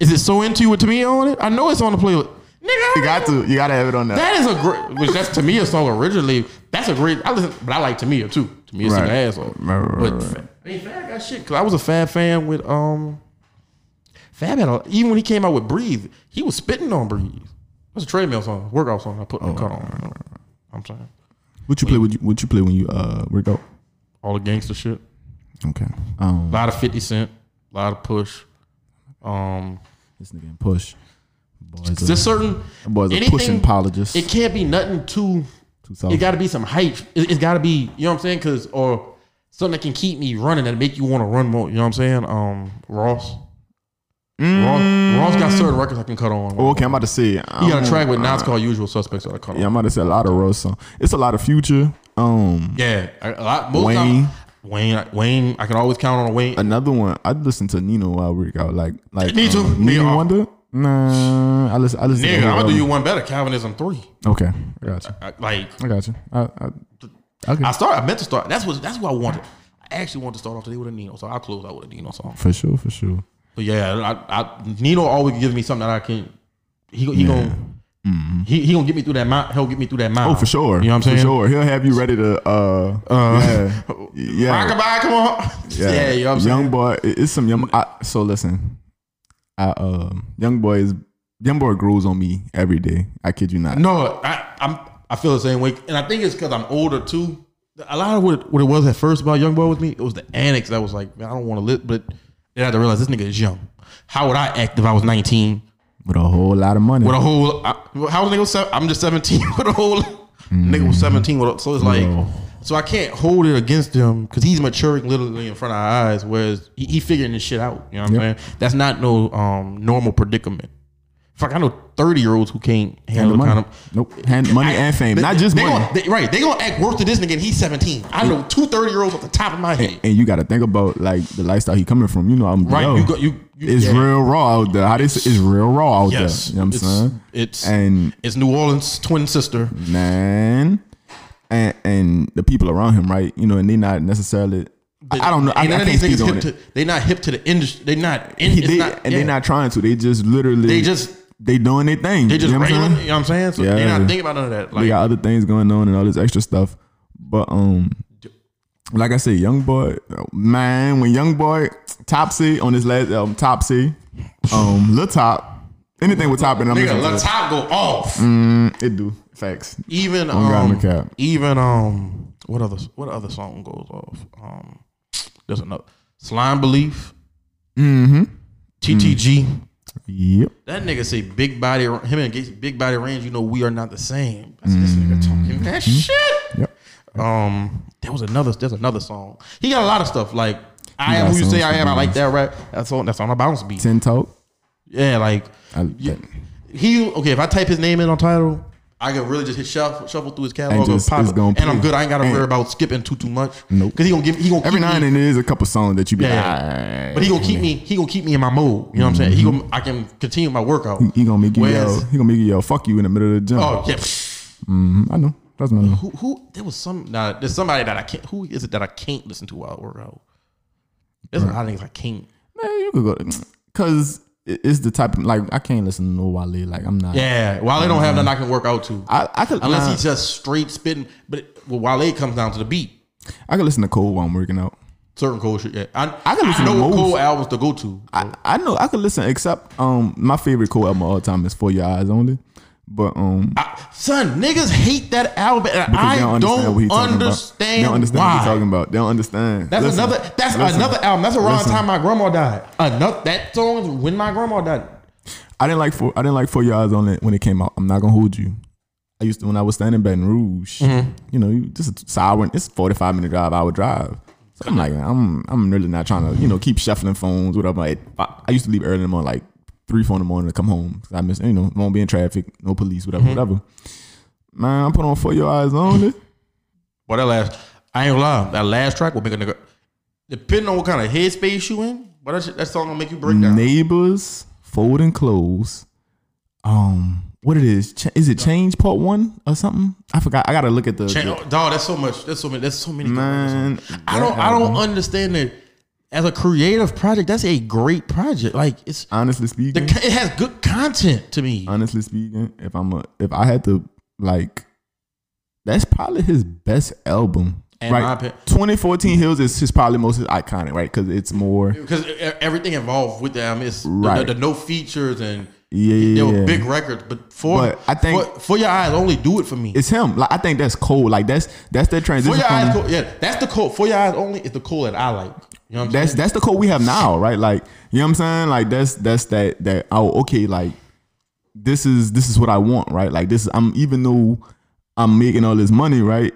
Is it so into you with Tamia on it? I know it's on the playlist. Nigga, I
You got to. You gotta have it on there.
That is a great, which that's Tamia's song originally. That's a great. I listen, but I like Tamia too. Tamia sing
Right.
her ass off.
Right, right,
but
right, right.
Fa- I mean, Fab got shit because I was a Fab fan with um. Fab had a, even when he came out with Breathe, he was spitting on Breathe. That's a treadmill song, workout song. I put my cut on. I'm saying
What you play? What you, what you play when you uh work out?
all the gangster shit.
Okay. Um,
A lot of Fifty Cent, a lot of Push. Um,
This nigga in push. Boys are,
there's certain
boys are
anything-
pushing apologists.
It can't be nothing too
Too soft.
It got to be some hype. It, has got to be, you know what I'm saying? Because or something that can keep me running that make you want to run more. You know what I'm saying? Um, Ross. Ross, Ross got certain records I can cut on.
Mm. Oh, okay, I'm about to say. um,
he got a track with Nas called "Usual Suspects" that I cut on.
Yeah, I'm about to say a lot of Rose song. It's a lot of future. Um,
Yeah, a a lot. Most
Wayne.
Time, Wayne, I- Wayne, I can always count on Wayne.
another one. I listen to Nino while I work out. Like, like
Me too.
Um,
Me
Nino
all-
Wonder. Nah, I listen. I listen.
Nigga,
to
I'm gonna do you one better. Calvinism three.
one. Okay, I got you.
I- Like
I got you. I, I, okay,
I started, I meant to start. That's what that's what I wanted. I actually wanted to start off today with a Nino, so I'll close out with a Nino song.
for sure, for sure.
But yeah, I, I, Nino always gives me something that I can. He he gonna he, he gonna get me through that mile. He'll get me through that mile.
Mm-hmm. Oh, for sure.
You know what I'm saying?
For sure, he'll have you ready to. Uh, yeah, yeah.
Rockabye, come on. Yeah, you know what I'm
young
saying.
boy, it- it's some young. I, so listen, I um, young boy is young boy grows on me every day. I kid you not.
No, I, I'm I feel the same way, and I think it's because I'm older too. A lot of what, what it was at first about Young Boy with me, it was the annex that was like, man, I don't want to live, but then I had to realize this nigga is young. How would I act if I was 19
with a whole lot of money.
with a whole? I, how was nigga? se- I'm just 17 with a whole nigga was 17 with. A, so it's like,
No.
so I can't hold it against him because he's maturing literally in front of our eyes, whereas he, he figuring this shit out. You know what I'm
Yep.
saying? That's not no um normal predicament. Fuck, I know 30 year olds who can't handle
Handle
the
money.
kind of
nope. Hand, money and fame. Not just
they
money.
Gonna, they- right, they gonna act worse to this nigga, and he's seventeen. I know two 30 year olds off the top of my head.
and you got to think about like the lifestyle he coming from. You know, I'm
Right,
yo,
you go- you- you-
it's
yeah.
real raw out there. How this is real raw out
Yes,
there. You know what I'm
it's,
saying?
It's
and
it's New Orleans twin sister.
man, and and the people around him, right? You know, and they not necessarily. I- I don't know. I, I
And none of
can't
these
speak
niggas
on
hip
it.
to. They not hip to the industry. They not. In, it's
they,
not
and
yeah.
they're not trying to. They just literally.
They just
they doing their thing.
they just
you know what I'm
railing.
saying?
You know what I'm saying? So they
Yeah.
not thinking about none of that.
we
Like
got other things going on and all this extra stuff. But um, like I said, Young Boy, man, when Young Boy Topsy on his last album, Topsy, um, Lil Top, anything with Top and I'm
nigga,
listening to
let
it.
top go off.
Mm. It do facts.
Even
God,
um,
no cap.
even um, what other what other song goes off? Um, there's another slime belief. Mm-hmm. TTG.
Mm. Yep.
That nigga say big body, him and Gates, big body range. You know we are not the same. That's this nigga
Mm-hmm.
talking that shit.
Yep.
Um, there was another. There's another song. He got a lot of stuff like I am
got
who you
songs
say I
for
am. I like
days.
that rap. That's on. That's on a bounce beat.
Ten Talk.
Yeah, like
I,
you-
that-
he. Okay, if I type his name in on title. I can really just hit shuffle, shuffle through his catalog,
And
and,
just-
pop
it's
it,
gonna
and I'm
play.
good. I ain't gotta
And-
worry about skipping too too much.
Nope.
because he gonna give he gonna
every
keep
now
me-
and then there's a couple songs that you be
yeah.
like, "Ah,
But he gonna keep me. He gonna keep me in my mode. You know what I'm saying? He gonna. I can continue my workout.
Mm-hmm. He gonna make you
Whereas-
yell. He gonna make you yell. Fuck you in the middle of the gym.
Oh yeah. Mm-hmm.
I know. That's my know.
Who, who? There was some. Nah, there's somebody that I can't. Who is it that I can't listen to while I work out? There's a lot of things I can't.
Man, you could go because it's the type of like I can't listen to no Wale. Like I'm not.
Yeah, while they don't have nothing I can work out to,
Mm-hmm. I, I could
unless
nah.
he's just straight spitting. But it, well, while it comes down to the beat,
I can listen to Cole while I'm working out.
certain Cole shit. Yeah, I,
I can listen
know
to
what
most.
Cole albums to go to.
I, I know I could listen except um my favorite Cole album of all time is For Your Eyes Only, but um
I- son, niggas hate that album, and
because
I don't understand,
he talking about. They don't
why.
understand what he's talking about. They don't understand.
That's
Listen,
another. That's
listen,
another album. That's around the
listen.
time my grandma died. Another that song is when my grandma died.
I didn't like for I didn't like For Your Eyes Only when it came out. I'm not gonna hold you. I used to when I was standing in Baton Rouge. You know, you just a sour. It's a 45 minute drive, hour drive. So I'm like, I'm I'm really not trying to you know keep shuffling phones, whatever. Like, I, I used to leave early in the morning, like three, four in the morning to come home. 'Cause I miss you know won't be in traffic, no police, whatever, whatever. Man, I put on For Your Eyes Only.
But that last, I ain't gonna lie, that last track will make a nigga. Depending on what kind of headspace you in, but that, shit, that song gonna make you break down.
Neighbors, folding clothes. Um, what it is? Ch- is it Change Part One or something? I forgot. I gotta look at the.
Change, oh, dog, that's so much. That's so many. That's so many. good
Man,
records. I don't.
that
I don't
album.
understand it. As a creative project, that's a great project. Like it's
honestly
the,
speaking,
co- it has good content to me.
honestly speaking, if I'm a, if I had to like, that's probably his best album.
In
right,
my opinion.
2014 Hills is his probably most iconic, right? Because it's more,
Because e- everything involved with the album is the-
Right.
the, the no features and
yeah, yeah,
they were
yeah.
big records. But for
But I think-
for, for your eyes only, do it for me.
It's him. Like I think that's cold. Like that's that's that
For
transition.
your
from-
eyes, cool. yeah, that's the cool. For your eyes only is the cool that I like. You know what I'm saying?
that's that's the code we have now, right? Like, you know what I'm saying? Like that's that's that that oh okay, like this is this is what I want, right? Like this is I'm even though I'm making all this money, right?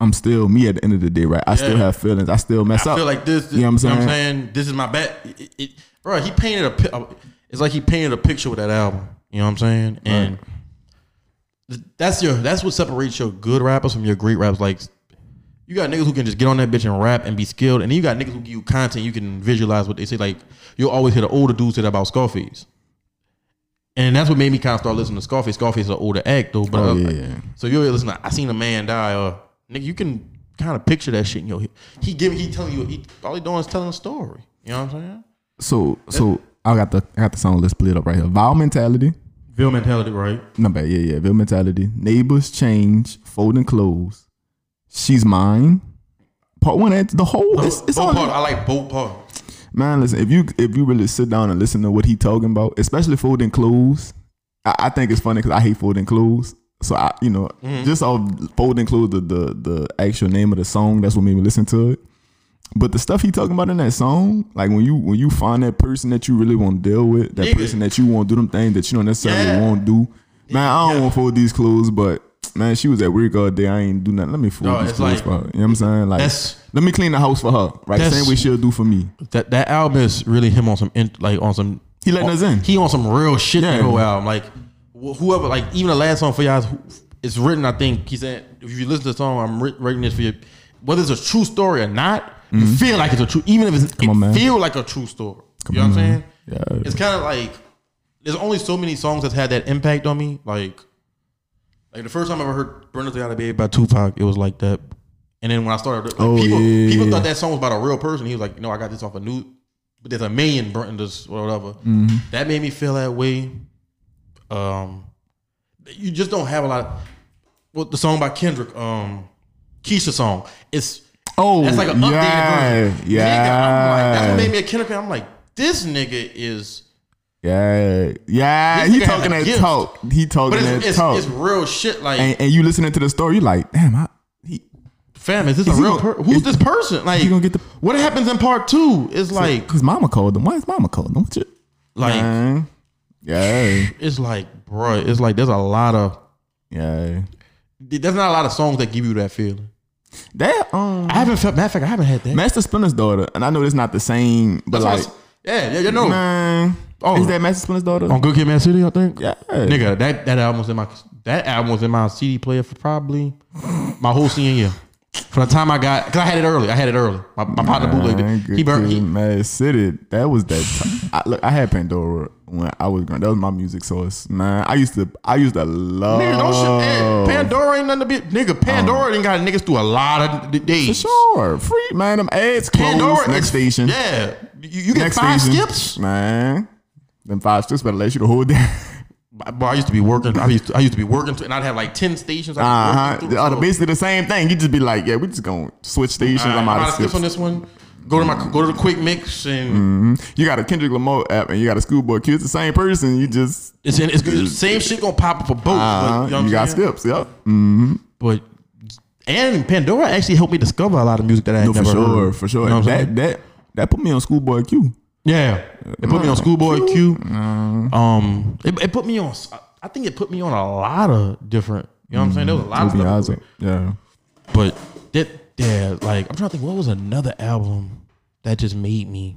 I'm still me at the end of the day, right? I still
Yeah.
have feelings. I still mess
I
up.
feel like this.
You know what I'm saying?
This is my back. It, it- bro, he painted a. pi- It's like he painted a picture with that album. You know what I'm saying? And th- that's your. That's what separates your good rappers from your great rappers. Like, you got niggas who can just get on that bitch and rap and be skilled, and then you got niggas who give you content you can visualize what they say. Like, you'll always hear the older dudes say that about Scarface. And that's what made me kind of start listening to Scarface. Scarface is an older act though, but
Oh,
uh,
yeah, yeah.
so you listen. I seen a man die. Uh, nigga, you can kind of picture that shit in your head. He giving, he telling you, he, all he doing is telling a story. You know what I'm saying?
so so I got the I got the song list split up right here. Vile mentality.
Bill mentality, right?
Not bad, yeah, yeah. Vile mentality. Neighbors change, folding clothes. She's mine. Part one, and the whole it's, it's all
both part. I like both parts.
Man, listen, if you if you really sit down and listen to what he talking about, especially folding clothes, I, I think it's funny because I hate folding clothes. So I, you know,
Mm-hmm.
just I'll fold include the, the the actual name of the song. That's what made me listen to it. But the stuff he talking about in that song, like when you when you find that person that you really want to deal with, that
Nigga.
person that you want to do them things that you don't necessarily
Yeah.
want to do. Man, I don't want to fold these clothes, but man, she was at work all day. I ain't do nothing. Let me fold
No,
these
it's
clothes
like-
for her. You know what I'm saying? Like,
That's-
let me clean the house for her. Right,
That's-
same way she'll do for me.
That that album is really him on some in, like on some.
He letting us in.
He on some real shit.
Yeah.
That whole album, like wh- whoever, like even the last song for y'all, is who- it's written. I think he said if you listen to the song, I'm writ- writing this for you. Whether it's a true story or not, you feel like it's a true. Even if it's, it
Mm-hmm. on, man.
feel like a true story. you know
on,
what I'm
man.
saying?
Yeah.
It's kind of like there's only so many songs that's had that impact on me. Like, like the first time I ever heard "Burn Us Out of Bed" by Tupac, it was like that. And then when I started, like,
Oh,
people,
yeah, yeah,
people
yeah.
thought that song was about a real person. He was like, "No, I got this off a new, but there's a million Burntons or whatever."
Mm-hmm.
That made me feel that way. Um, you just don't have a lot. Of, well, the song by Kendrick, um, Keisha song, it's
Oh,
that's like an
yeah,
updated version. Nigga, I'm like, that's
yeah.
what made me a Kendrick fan. I'm like, this nigga is,
Yeah, yeah.
This nigga
He
has
talking
a
that
gift.
talk. He
but
talking
it's,
that
it's,
talk.
it's real shit. Like,
and, and you listening to the story, you like, damn, I, he,
fam, is this
is
a
he
real?
gonna-
Per- who's
is-
this person? Like,
he gonna get the-
what happens in part two? Is like,
cause mama called him. Why is mama calling him? What you-
like
Man. yeah,
it's like, bruh, it's like there's a lot of
yeah.
there's not a lot of songs that give you that feeling.
That um,
I haven't felt. Matter of fact, I haven't had that.
Master Splinter's daughter, and I know it's not the same, but
That's why I
like,
s- yeah, yeah, you know,
man,
Oh.
is that Master Splinter's daughter?
on Good Kid, Man City, I think.
Yeah,
Nigga, that, that album was in my that album was in my CD player for probably my whole senior year. From the time I got, cause I had it early. I had it early. My, my partner bootlegged
Man,
it.
good
He burned.
kid,
He,
Mad City. That was that. Time. I, look, I had Pandora when I was growing. That was my music source. Man, I used to, I used to love.
nigga, don't shit. eh, Pandora ain't nothing to be. Nigga, Pandora ain't got niggas through a lot of d- days.
For sure. Free, man. Them ads closed.
Pandora
Next
is-
station.
Yeah, you, you get
Next
five
station.
skips.
Man. Them five skips better let you the whole day.
Bro, I used to be working. I used to, I used to be working, to, and I'd have like ten stations.
Uh huh. They're basically the same thing. You just be like, yeah, we just gonna switch stations.
I'm
I'm out of
skips
skips. Mm.
on this one. Go to my go to the quick mix and
You got a Kendrick Lamar app and you got a Schoolboy Q. It's the same person. You just,
it's, in, it's good. same shit gonna pop up for both. but,
uh,
know what
you
I'm
got
saying?
skips. Yep.
but and Pandora actually helped me discover a lot of music that I had
No, for
never
sure.
heard.
For sure.
You know what I'm
that,
saying?
that, that put me on Schoolboy Q.
yeah, it put me on Schoolboy Q. Um, it, it put me on. I think it put me on a lot of different. You know what I'm saying? There was a lot of
Yeah, I
stuff.
was like, yeah.
But that yeah, like I'm trying to think what was another album that just made me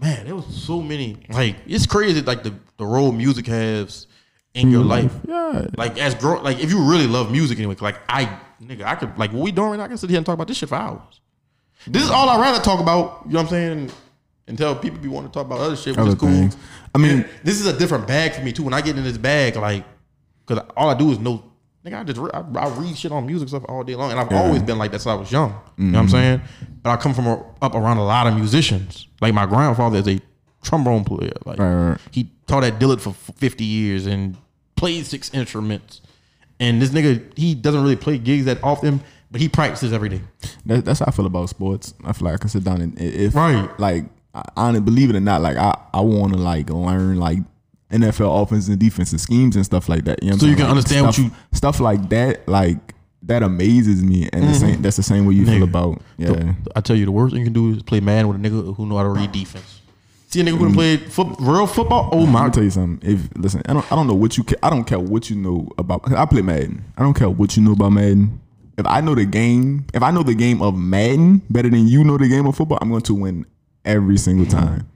Man, there was so many like it's crazy like the, the role music has in your life.
Yeah.
Like as grow like if you really love music anyway, like I nigga, I could like what we doing right now, I can sit here and talk about this shit for hours. This is all I'd rather talk about, you know what I'm saying? And tell people be wanting to talk about other shit, which
Other
is cool.
things. I mean,
And this is a different bag for me too. When I get in this bag, like, cause all I do is know. Nigga, I just re- I, I read shit on music stuff all day long, and I've always been like that since I was young. You
Mm-hmm.
know what I'm saying? But I come from a, up around a lot of musicians. Like my grandfather is a trombone player. Like
Right, right, right.
he taught at Dillard for f- 50 years and played six instruments. And this nigga, he doesn't really play gigs that often, but he practices every day.
That, that's how I feel about sports. I feel like I can sit down and i- if
Right.
like I, I believe it or not, like I, I want to like learn like NFL offense and defense and schemes and stuff like that. You know what
So
I'm
you
saying?
can
Like,
understand what
stuff-
you- Mm-hmm.
stuff like that like that amazes me, and the same, that's the same way you feel
Nigga.
about yeah.
I tell you, the worst thing you can do is play man with a nigga who know how to read defense. See a nigga
Mm-hmm.
who done played foot, real football? Oh
I'll
my
tell you something. If listen, I don't I don't know what you ca- I don't care what you know about. 'cause I play Madden. I don't care what you know about Madden. If I know the game, if I know the game of Madden better than you know the game of football, I'm going to win every single time.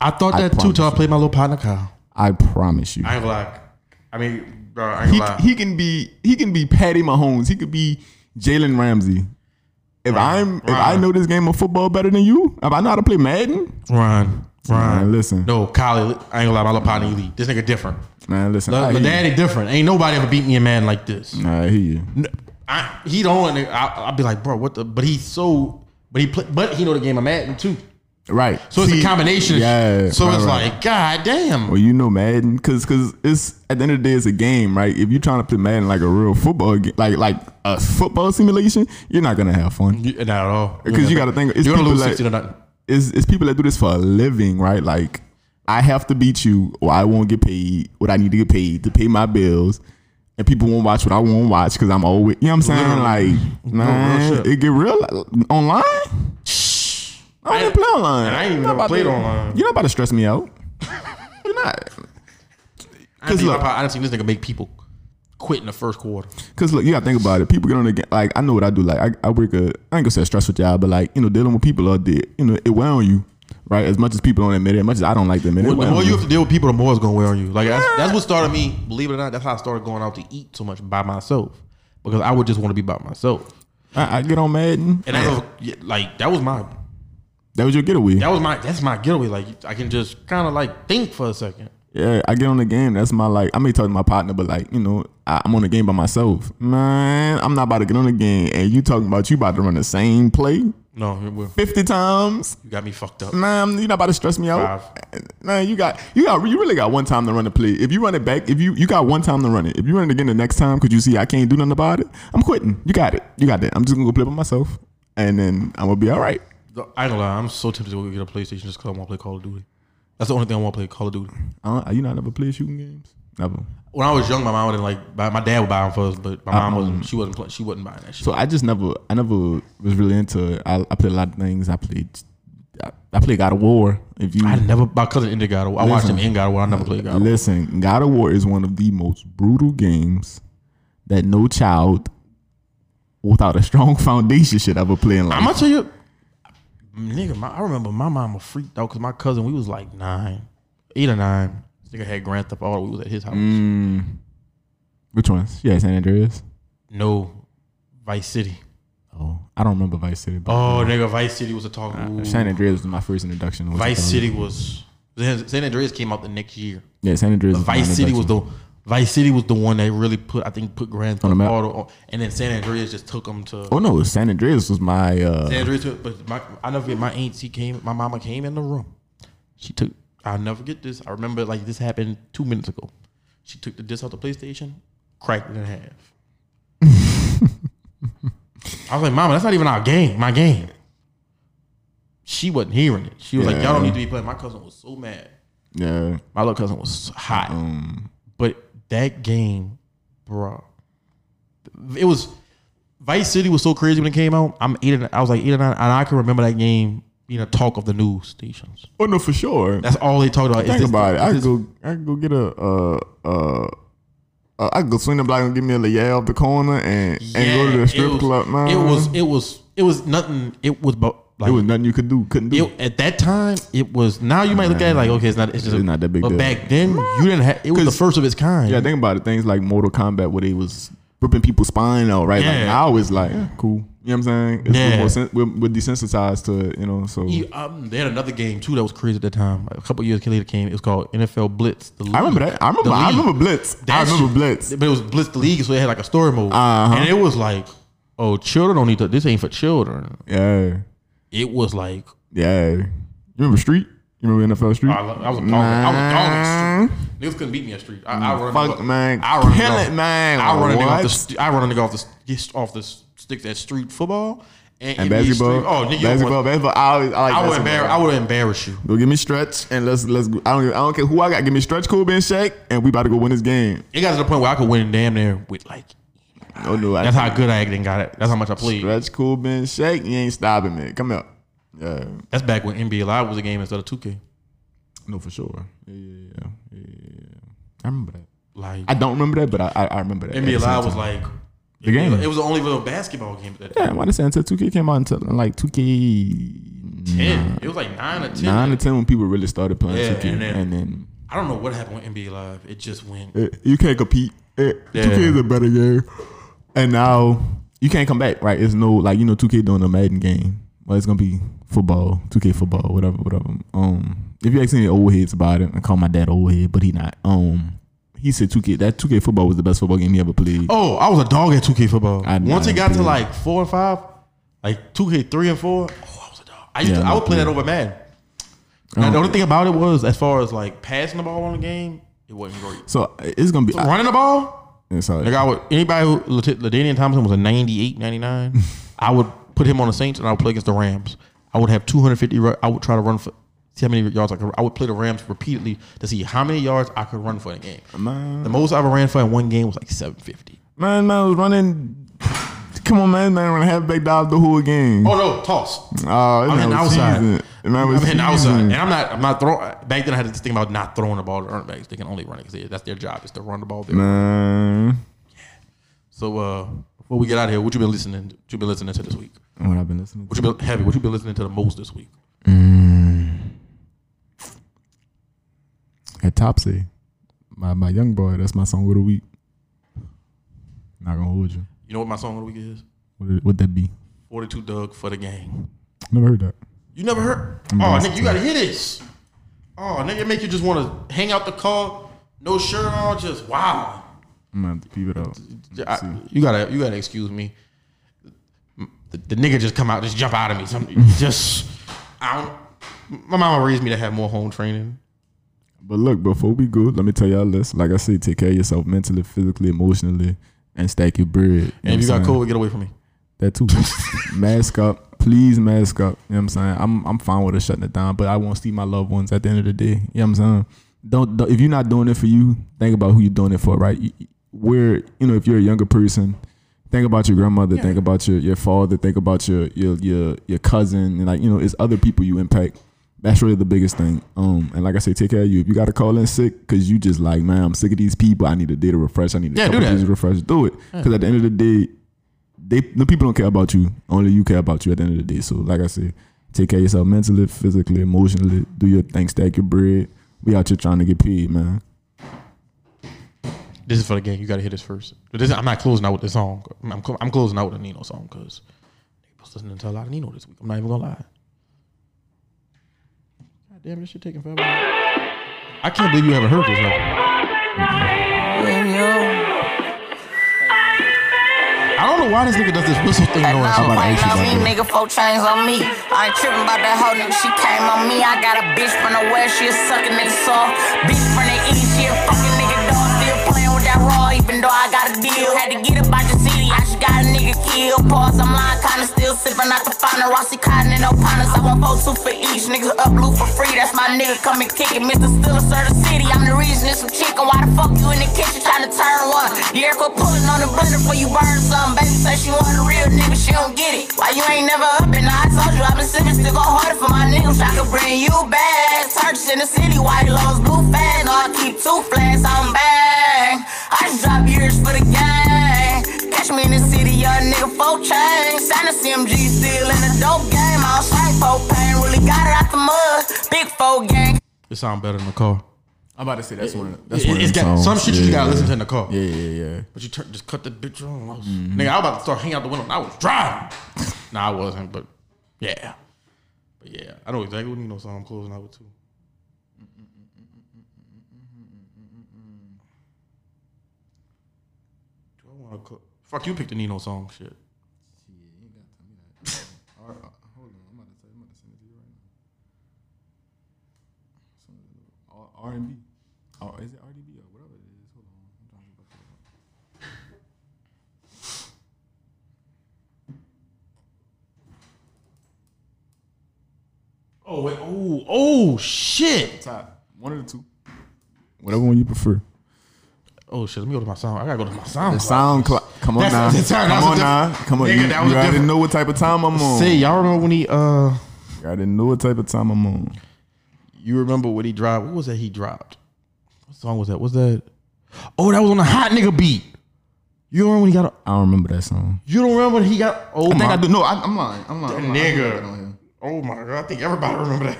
I thought that too
promise
till I played my little partner Kyle.
I promise you.
I ain't gonna lie. I mean, bro, I ain't
he,
gonna lie.
he can be he can be Patty Mahomes. He could be Jalen Ramsey. If I'm if I
Right.
know this game of football better than you, if I know how to play Madden,
Ryan,
man,
Ryan,
listen,
no, Kyle, I ain't gonna lie, my little partner elite. This nigga different.
man, listen.
My
I hear
daddy different. Ain't nobody ever beat me a man like this.
you. I hear you.
N- I, he don't. I, I'll be like, bro, what the? But he's so. But he play, But he know the game of Madden too.
Right.
So it's
See,
a combination. of-
Yeah.
So
right,
it's
right.
like, god damn.
Well, you know Madden, cause cause it's at the end of the day it's a game, right? If you're trying to play Madden like a real football, game, like like a football simulation, you're not gonna have fun.
You- Not at all.
Because you gotta think, it's
you're gonna
people
lose
like-
sixty to nothing.
It's it's people that do this for a living, right? Like I have to beat you, or I won't get paid. What I need to get paid to pay my bills, and people won't watch what I won't watch because I'm always, you know what I'm saying? Like, man,
shit.
it get real li- online. Shh. I don't even play online.
and I ain't even
You're not
never
about
played
to-
online.
You're not about to stress me out. You're not.
I didn't
Cause
see-
look-
I done seen this nigga make people quit in the first quarter.
Cause look, you gotta think about it. People get on the ga- like I know what I do. Like I, I work a I ain't gonna say a stressful job, but like you know dealing with people all day, you know it wear on you, right? As much as people don't admit it, as much as I don't like them, it
Well,
wear
the
on
more
you.
you have to deal with people, the more it's gonna wear on you. Like that's, that's what started me. Believe it or not, that's how I started going out to eat so much by myself because I would just want to be by myself.
I, I get on Madden.
And I yeah, like that was my
That was your getaway.
that was my that's my getaway. Like I can just kind of like think for a second.
Yeah, I get on the game. That's my like. I may talk to my partner, but like you know, I, I'm on the game by myself. Man, I'm not about to get on the game, and you talking about you about to run the same play
No, it will.
fifty times.
you got me fucked up.
Man, you not about to stress me out. Man, you got you got you really got one time to run the play. If you run it back, if you you got one time to run it. If you run it again the next time, because you see I can't do nothing about it, I'm quitting. You got it. You got it. I'm just gonna go play by myself, and then I'm gonna be all right.
I ain't gonna lie, I'm so tempted to go get a PlayStation just because I want to play Call of Duty. That's the only thing I want to play Call of Duty.
Uh, you not never play shooting games? Never.
When I was young, my mom would like buy, my dad would buy them for us, but my mom
Uh-uh.
wasn't. She wasn't. Play, she wasn't buying that shit.
So I just never, I never was really into. It. I, I played a lot of things. I played, I, I played God of War. If you
I never. My cousin ended God of War. I watched him
Listen.
in God of War. I never played God of War.
listen, God of War is one of the most brutal games that no child without a strong foundation should ever play in life.
I'm gonna tell you, nigga. My, I remember my mama freaked out because my cousin. We was like nine, eight or nine. This nigga had Grand Theft Auto. We was at his house.
Mm. Which ones? Yeah, San Andreas.
No, Vice City.
Oh, I don't remember Vice City. But uh,
Oh, nigga, Vice City was a talk. Ooh.
San Andreas was uh, my first introduction. to what
Vice
you call it.
City was. San Andreas came out the next year.
Yeah, San Andreas. was my
Vice City was
introduction.
the Vice City was the one that really put I think put Grand
On
Theft
the map.
Auto on, and then San Andreas just took them to
Oh no, San Andreas was my. Uh,
San Andreas. Took, but my, I never forget my aunt. She came. My mama came in the room. She took. I'll never forget this. I remember like this happened two minutes ago. She took the disc off the PlayStation, cracked it in half. I was like, Mama, that's not even our game. My game. She wasn't hearing it. She was like, Y'all don't need to be playing. My cousin was so mad.
yeah,
My little cousin was hot. But that game, bro, it was Vice City was so crazy when it came out. I'm eight. And, I was like eight or nine, and I can remember that game being a talk of the news stations.
oh no, for sure.
That's all they talked about. Is
Think
this-
about it. I could
is this-
go. I could go get a. Uh, uh, uh, I could go swing the block and give me a yeah off the corner and, and go to
Yeah,
the strip
it was-
club. Man.
It was. It was. It was nothing. It was. But like,
It was nothing you could do. Couldn't do.
it- at that time, it was. Now you might look at it like, okay, it's not. It's just
It's not that big
But
deal.
back then, you didn't have. It was the first of its kind.
yeah, think about it. Things like Mortal Kombat where they was ripping people's spine out. Right. Like
Yeah.
now it's like eh, cool. You know what I'm saying? It's
Yeah.
we're, more sen- we're, we're desensitized to it. You know. So
Yeah, um, they had another game too that was crazy at that time. A couple years later came. It was called NFL Blitz. The
I remember that. I remember.
The
I
league.
remember Blitz. I
That
remember
shit-
Blitz.
But it was Blitz the League, so it had like a story mode,
Uh-huh.
and it was like, oh, children don't need to. This ain't for children.
Yeah.
It was like
Yeah. You remember Street? You remember NFL Street?
I, lo- I was a dog. I was a dog in the street. Niggas couldn't beat me in the street. I, I run.
Mm, Fuck,
nigga-
man.
I run. a
Kill
nigga
it,
off-
man.
I run a nigga off the.
What?
st- I run a nigga off the. st- Get off the s- sticks at street football and, NBA
And basketball.
Street. Oh, nigga, you
basketball,
want-
basketball. I, always, I like
I would
basketball.
embarrass. I would embarrass you.
Go give me stretch and let's let's. Go. I don't give- I don't care who I got. Give me stretch, Kobe and Shaq, and we about to go win this game.
It got to the point where I could win damn near with like.
Oh no, I
That's how good I acting got it. That's how much I played.
stretch, Kobe and Shaq. You ain't stopping me. Come up. Yeah,
That's back when NBA Live was a game instead of 2K.
no, for sure. Yeah, yeah, yeah, yeah. yeah. I remember that.
Like
I don't remember that, but I I, I remember that.
NBA
At the same
Live was
time.
like
the game.
It was the only real basketball game at that
yeah,
time.
why the say until two K came out until like two K
Ten. It was like nine or ten.
nine or ten when people really started playing
Yeah,
two K,
and then-
and then
I don't know what happened with NBA Live. It just went.
Eh, you can't compete. Eh, 2K
Yeah.
is a better game. And now you can't come back, right? It's no like you know 2K doing a Madden game. Well, it's gonna be football, 2K football, whatever, whatever. Um, if you ask any old heads about it, I call my dad old head, but he not. Um, he said 2K that 2K football was the best football game he ever played.
Oh, I was a dog at 2K football.
I-
Once
I
it got to
did.
like four and five, like 2K three and four, oh, I was a dog. I used
Yeah,
to,
I
I would play
did.
that over Madden. Now, the only thing about it was, as far as like passing the ball on the game, it wasn't great.
So eh, it's gonna be. I,
Running the ball,
eh, sorry.
Like I would anybody who Ladanian Thompson was a 98, 99, I would put him on the Saints and I would play against the Rams. I would have 250 ru- I would try to run for See how many yards I could. I would play the Rams repeatedly to see how many yards I could run for the game.
Man.
The most I ever ran for in one game was like seven fifty.
Man, man was running. Come on, man, man, running halfback dive the whole again.
Oh no, toss.
Oh, this
I'm
man
hitting
was
outside.
seasoned. Man
I'm
was
hitting outside,
seasoned.
and I'm not. I'm not throwing. Back then, I had this thing about not throwing the ball to running backs. They can only run it because that's their job is to run the ball. There.
Man,
So uh, before we get out of here, what you been listening? To, what you been listening to this week?
what I've been listening
What
to.
you been heavy? What you been listening to the most this week?
At Topsy, my my young boy. That's my song of the week. Not gonna hold you.
You know what my song of the week is?
What would that be?
Forty Two Doug for the gang.
Never heard that.
You never heard? Oh,
gonna
nigga, you gotta hear this. Oh, nigga, it make you just want to hang out the car, no shirt on, just wow.
I'm gonna have to peep it out.
J- I- you gotta, you gotta excuse me. The, the nigga just come out, just jump out of me. Something, just I don't. My mama raised me to have more home training.
But look, before we go, let me tell y'all this. Like I said, take care of yourself mentally, physically, emotionally, and stack your bread. You know
And if you
what
got
I'm saying?
COVID, get away from me.
That too. mask up. Please mask up. You know what I'm saying? I'm I'm fine with us shutting it down, but I want to see my loved ones at the end of the day. You know what I'm saying? Don't, don't- if you're not doing it for you, think about who you're doing it for, right? You- you- Where you know if you're a younger person, think about your grandmother, think about your, your father, think about your your your your cousin, and like you know it's other people you impact. That's really the biggest thing. Um, and like I say, take care of you. If you got to call in sick, cause you just like, man, I'm sick of these people. I need a day to refresh. I need a
Yeah, do
couple
that.
days to refresh. Do it, cause at the end of the day, they the people don't care about you. Only you care about you at the end of the day. So like I said, take care of yourself mentally, physically, emotionally. Do your thing, stack your bread. We out here trying to get paid, man.
This is for the gang. You gotta hear this first. But this, I'm not closing out with this song. I'm, cl- I'm closing out with a Nino song because I was listening to a lot of Nino this week. I'm not even gonna lie. God damn, this shit taking forever. I can't believe you haven't heard this. Record. I don't know why this nigga does this whistle thing
I
going.
know,
about to
I
ask you
know,
about
these
that.
nigga four chains on me. I ain't tripping about that hoe nigga, she came on me. I got a bitch from the west, she a sucking nigga soft. Bitch from the east, she a fucking nigga dog. Still playing with that raw, even though I got a deal. Had to get up out the city, I just got a nigga killed. Pause, I'm lying, kinda still sipping out the final. Rossi Cotton and O'Connor's, I want four two for each. Niggas up blue for free, that's my nigga, come and kick it. Mr. Still a certain city, I'm the reason it's some chicken. Why the fuck you in the kitchen trying to turn one? The air quit pulling on the blender before you burn something. Baby say she want a real nigga, she don't get it. Why you ain't never up and I told you I've been sipping, still go harder for my niggas. I could bring you back. Search in the city, white lows, blue fans. No, I keep two flags, I'm back. I just drop years for the gang. Catch me in the city, young nigga, four chains. Sign a CMG still in a dope game. I don't shank four pain, really got it out the mud. Big four gang.
It sound better in the car.
I'm about to say that's one. Of,
It- it's got some shit you gotta listen to in the car.
Yeah, yeah, yeah.
But you turn, just cut the bitch on. I was, Nigga, I was about to start hanging out the window. and I was driving. nah, I wasn't, but yeah. But yeah, I know exactly what Nino song I'm closing out with too. Do I want to cook? Fuck, you picked the Nino song, shit.
R and B. Oh, is it RDB or whatever it is? Hold on. I'm trying to look it up.
Oh wait, oh, oh shit,
Top one of the two. Whatever one you prefer.
oh shit. Let me go to my sound. I gotta go to my sound.
The sound clock. Come on
That's-
now.
that's- sorry, that
Come
was
on
a
now.
different-
Come on.
Nigga,
You,
that was
you already
different.
know what type of time I'm on.
See, y'all remember when he uh,
You already know what type of time I'm on.
you remember what he dropped? What was that he dropped? What song was that? Was that? Oh, that was on the hot nigga beat. You remember when he got? A,
I don't remember that song.
you don't remember when he got? Oh
I
my
think I do. No, I, I'm lying. I'm lying. I'm lying. I don't know
nigga.
him.
Oh my god, I think everybody remember that.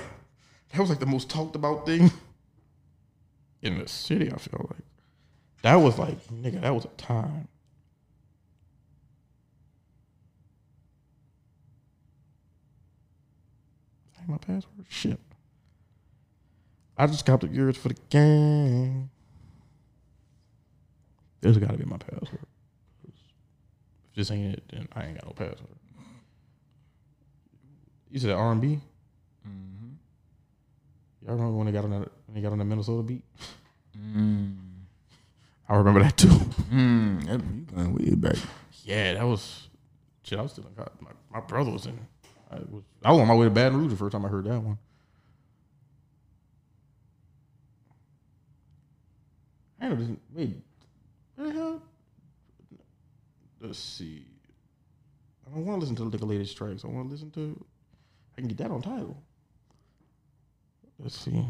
That was like the most talked about thing in the city. I feel like that was like nigga. That was a time. Dang, My password, shit. I just got the yours for the game. This got to be my password. If this ain't it, then I ain't got no password. You said R and B. Y'all remember when they got on that? When they got on the Minnesota beat. I remember that too.
Hmm. You going way back.
yeah, that was shit. I was still in college. My, my brother was in. I was I was on my way to Baton Rouge the first time I heard that one. know this. Wait, where the hell? Let's see. I don't want to listen to the latest tracks. I want to listen to. I can get that on title. Let's see.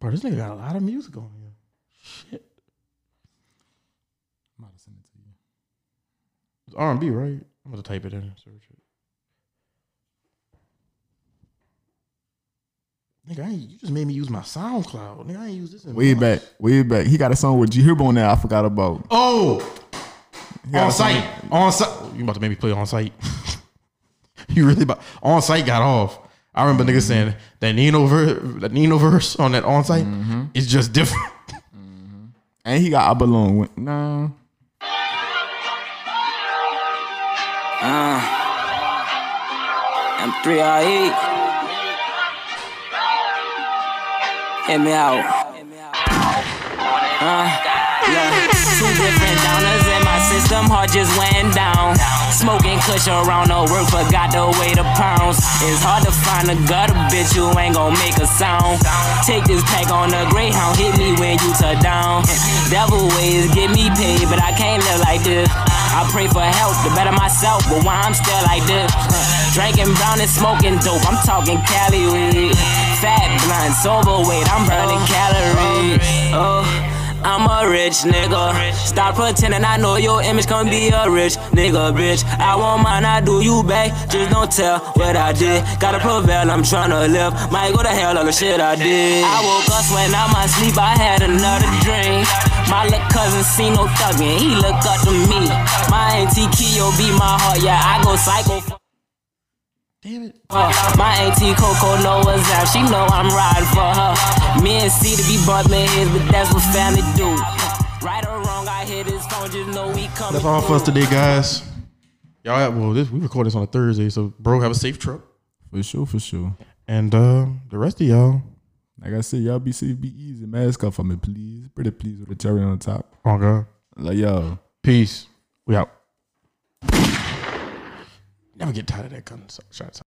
Bro, this nigga got a lot of music on here. Shit,
I might have sent it to you.
it's R and B, right? I'm gonna type it in and search it. Nigga, I ain't, you just made me use my SoundCloud. Nigga, I ain't use this in
Way back,
months.
way back. He got a song with G Herbo on there. I forgot about.
Oh,
He got
on
a song
site, on site. You about to make me play on site? you really about on site got off. I remember niggas saying that Nino verse, that Nino verse on that on site is just different.
And he got I Belong. with- Nah.
M3RE. Hit me out. Huh? Look, two different downers in my system, heart just went down. Smoking cushion around the work, forgot to weigh the pounds. It's hard to find a gutter, bitch, you ain't gon' make a sound. Take this pack on the Greyhound, hit me when you touch down. Devil ways get me paid, but I can't live like this. I pray for help to better myself, but why I'm still like this? Drinking brown and smoking dope, I'm talking Cali weed. Fat blunt, sober weight, I'm burning calories. Oh, I'm a rich nigga. Stop pretending I know your image can be a rich nigga, bitch. I won't mind, I do you back. Just don't tell what I did. Gotta prevail, I'm tryna live. Might go to hell all the shit I did. I woke up, when out my sleep, I had another dream. My little cousin seen no thuggin', he look up to me. My auntie Kyo be my heart, yeah, I go psycho.
Damn it!
Uh, my auntie Coco know what's up. She know I'm riding for her. Me and C to be bumping heads, but that's what family do. Right or wrong, I hear this phone. Just know we coming.
That's all for us
through.
today, guys. Y'all, have, well, this we record this on a Thursday, so bro, have a safe trip,
For sure, for sure.
and uh, the rest of y'all.
Like I said, y'all be safe, be easy. Mask up for me, please. Pretty please with the cherry on top.
Oh God,
Like yo.
peace. We out. Never get tired of that gun shot.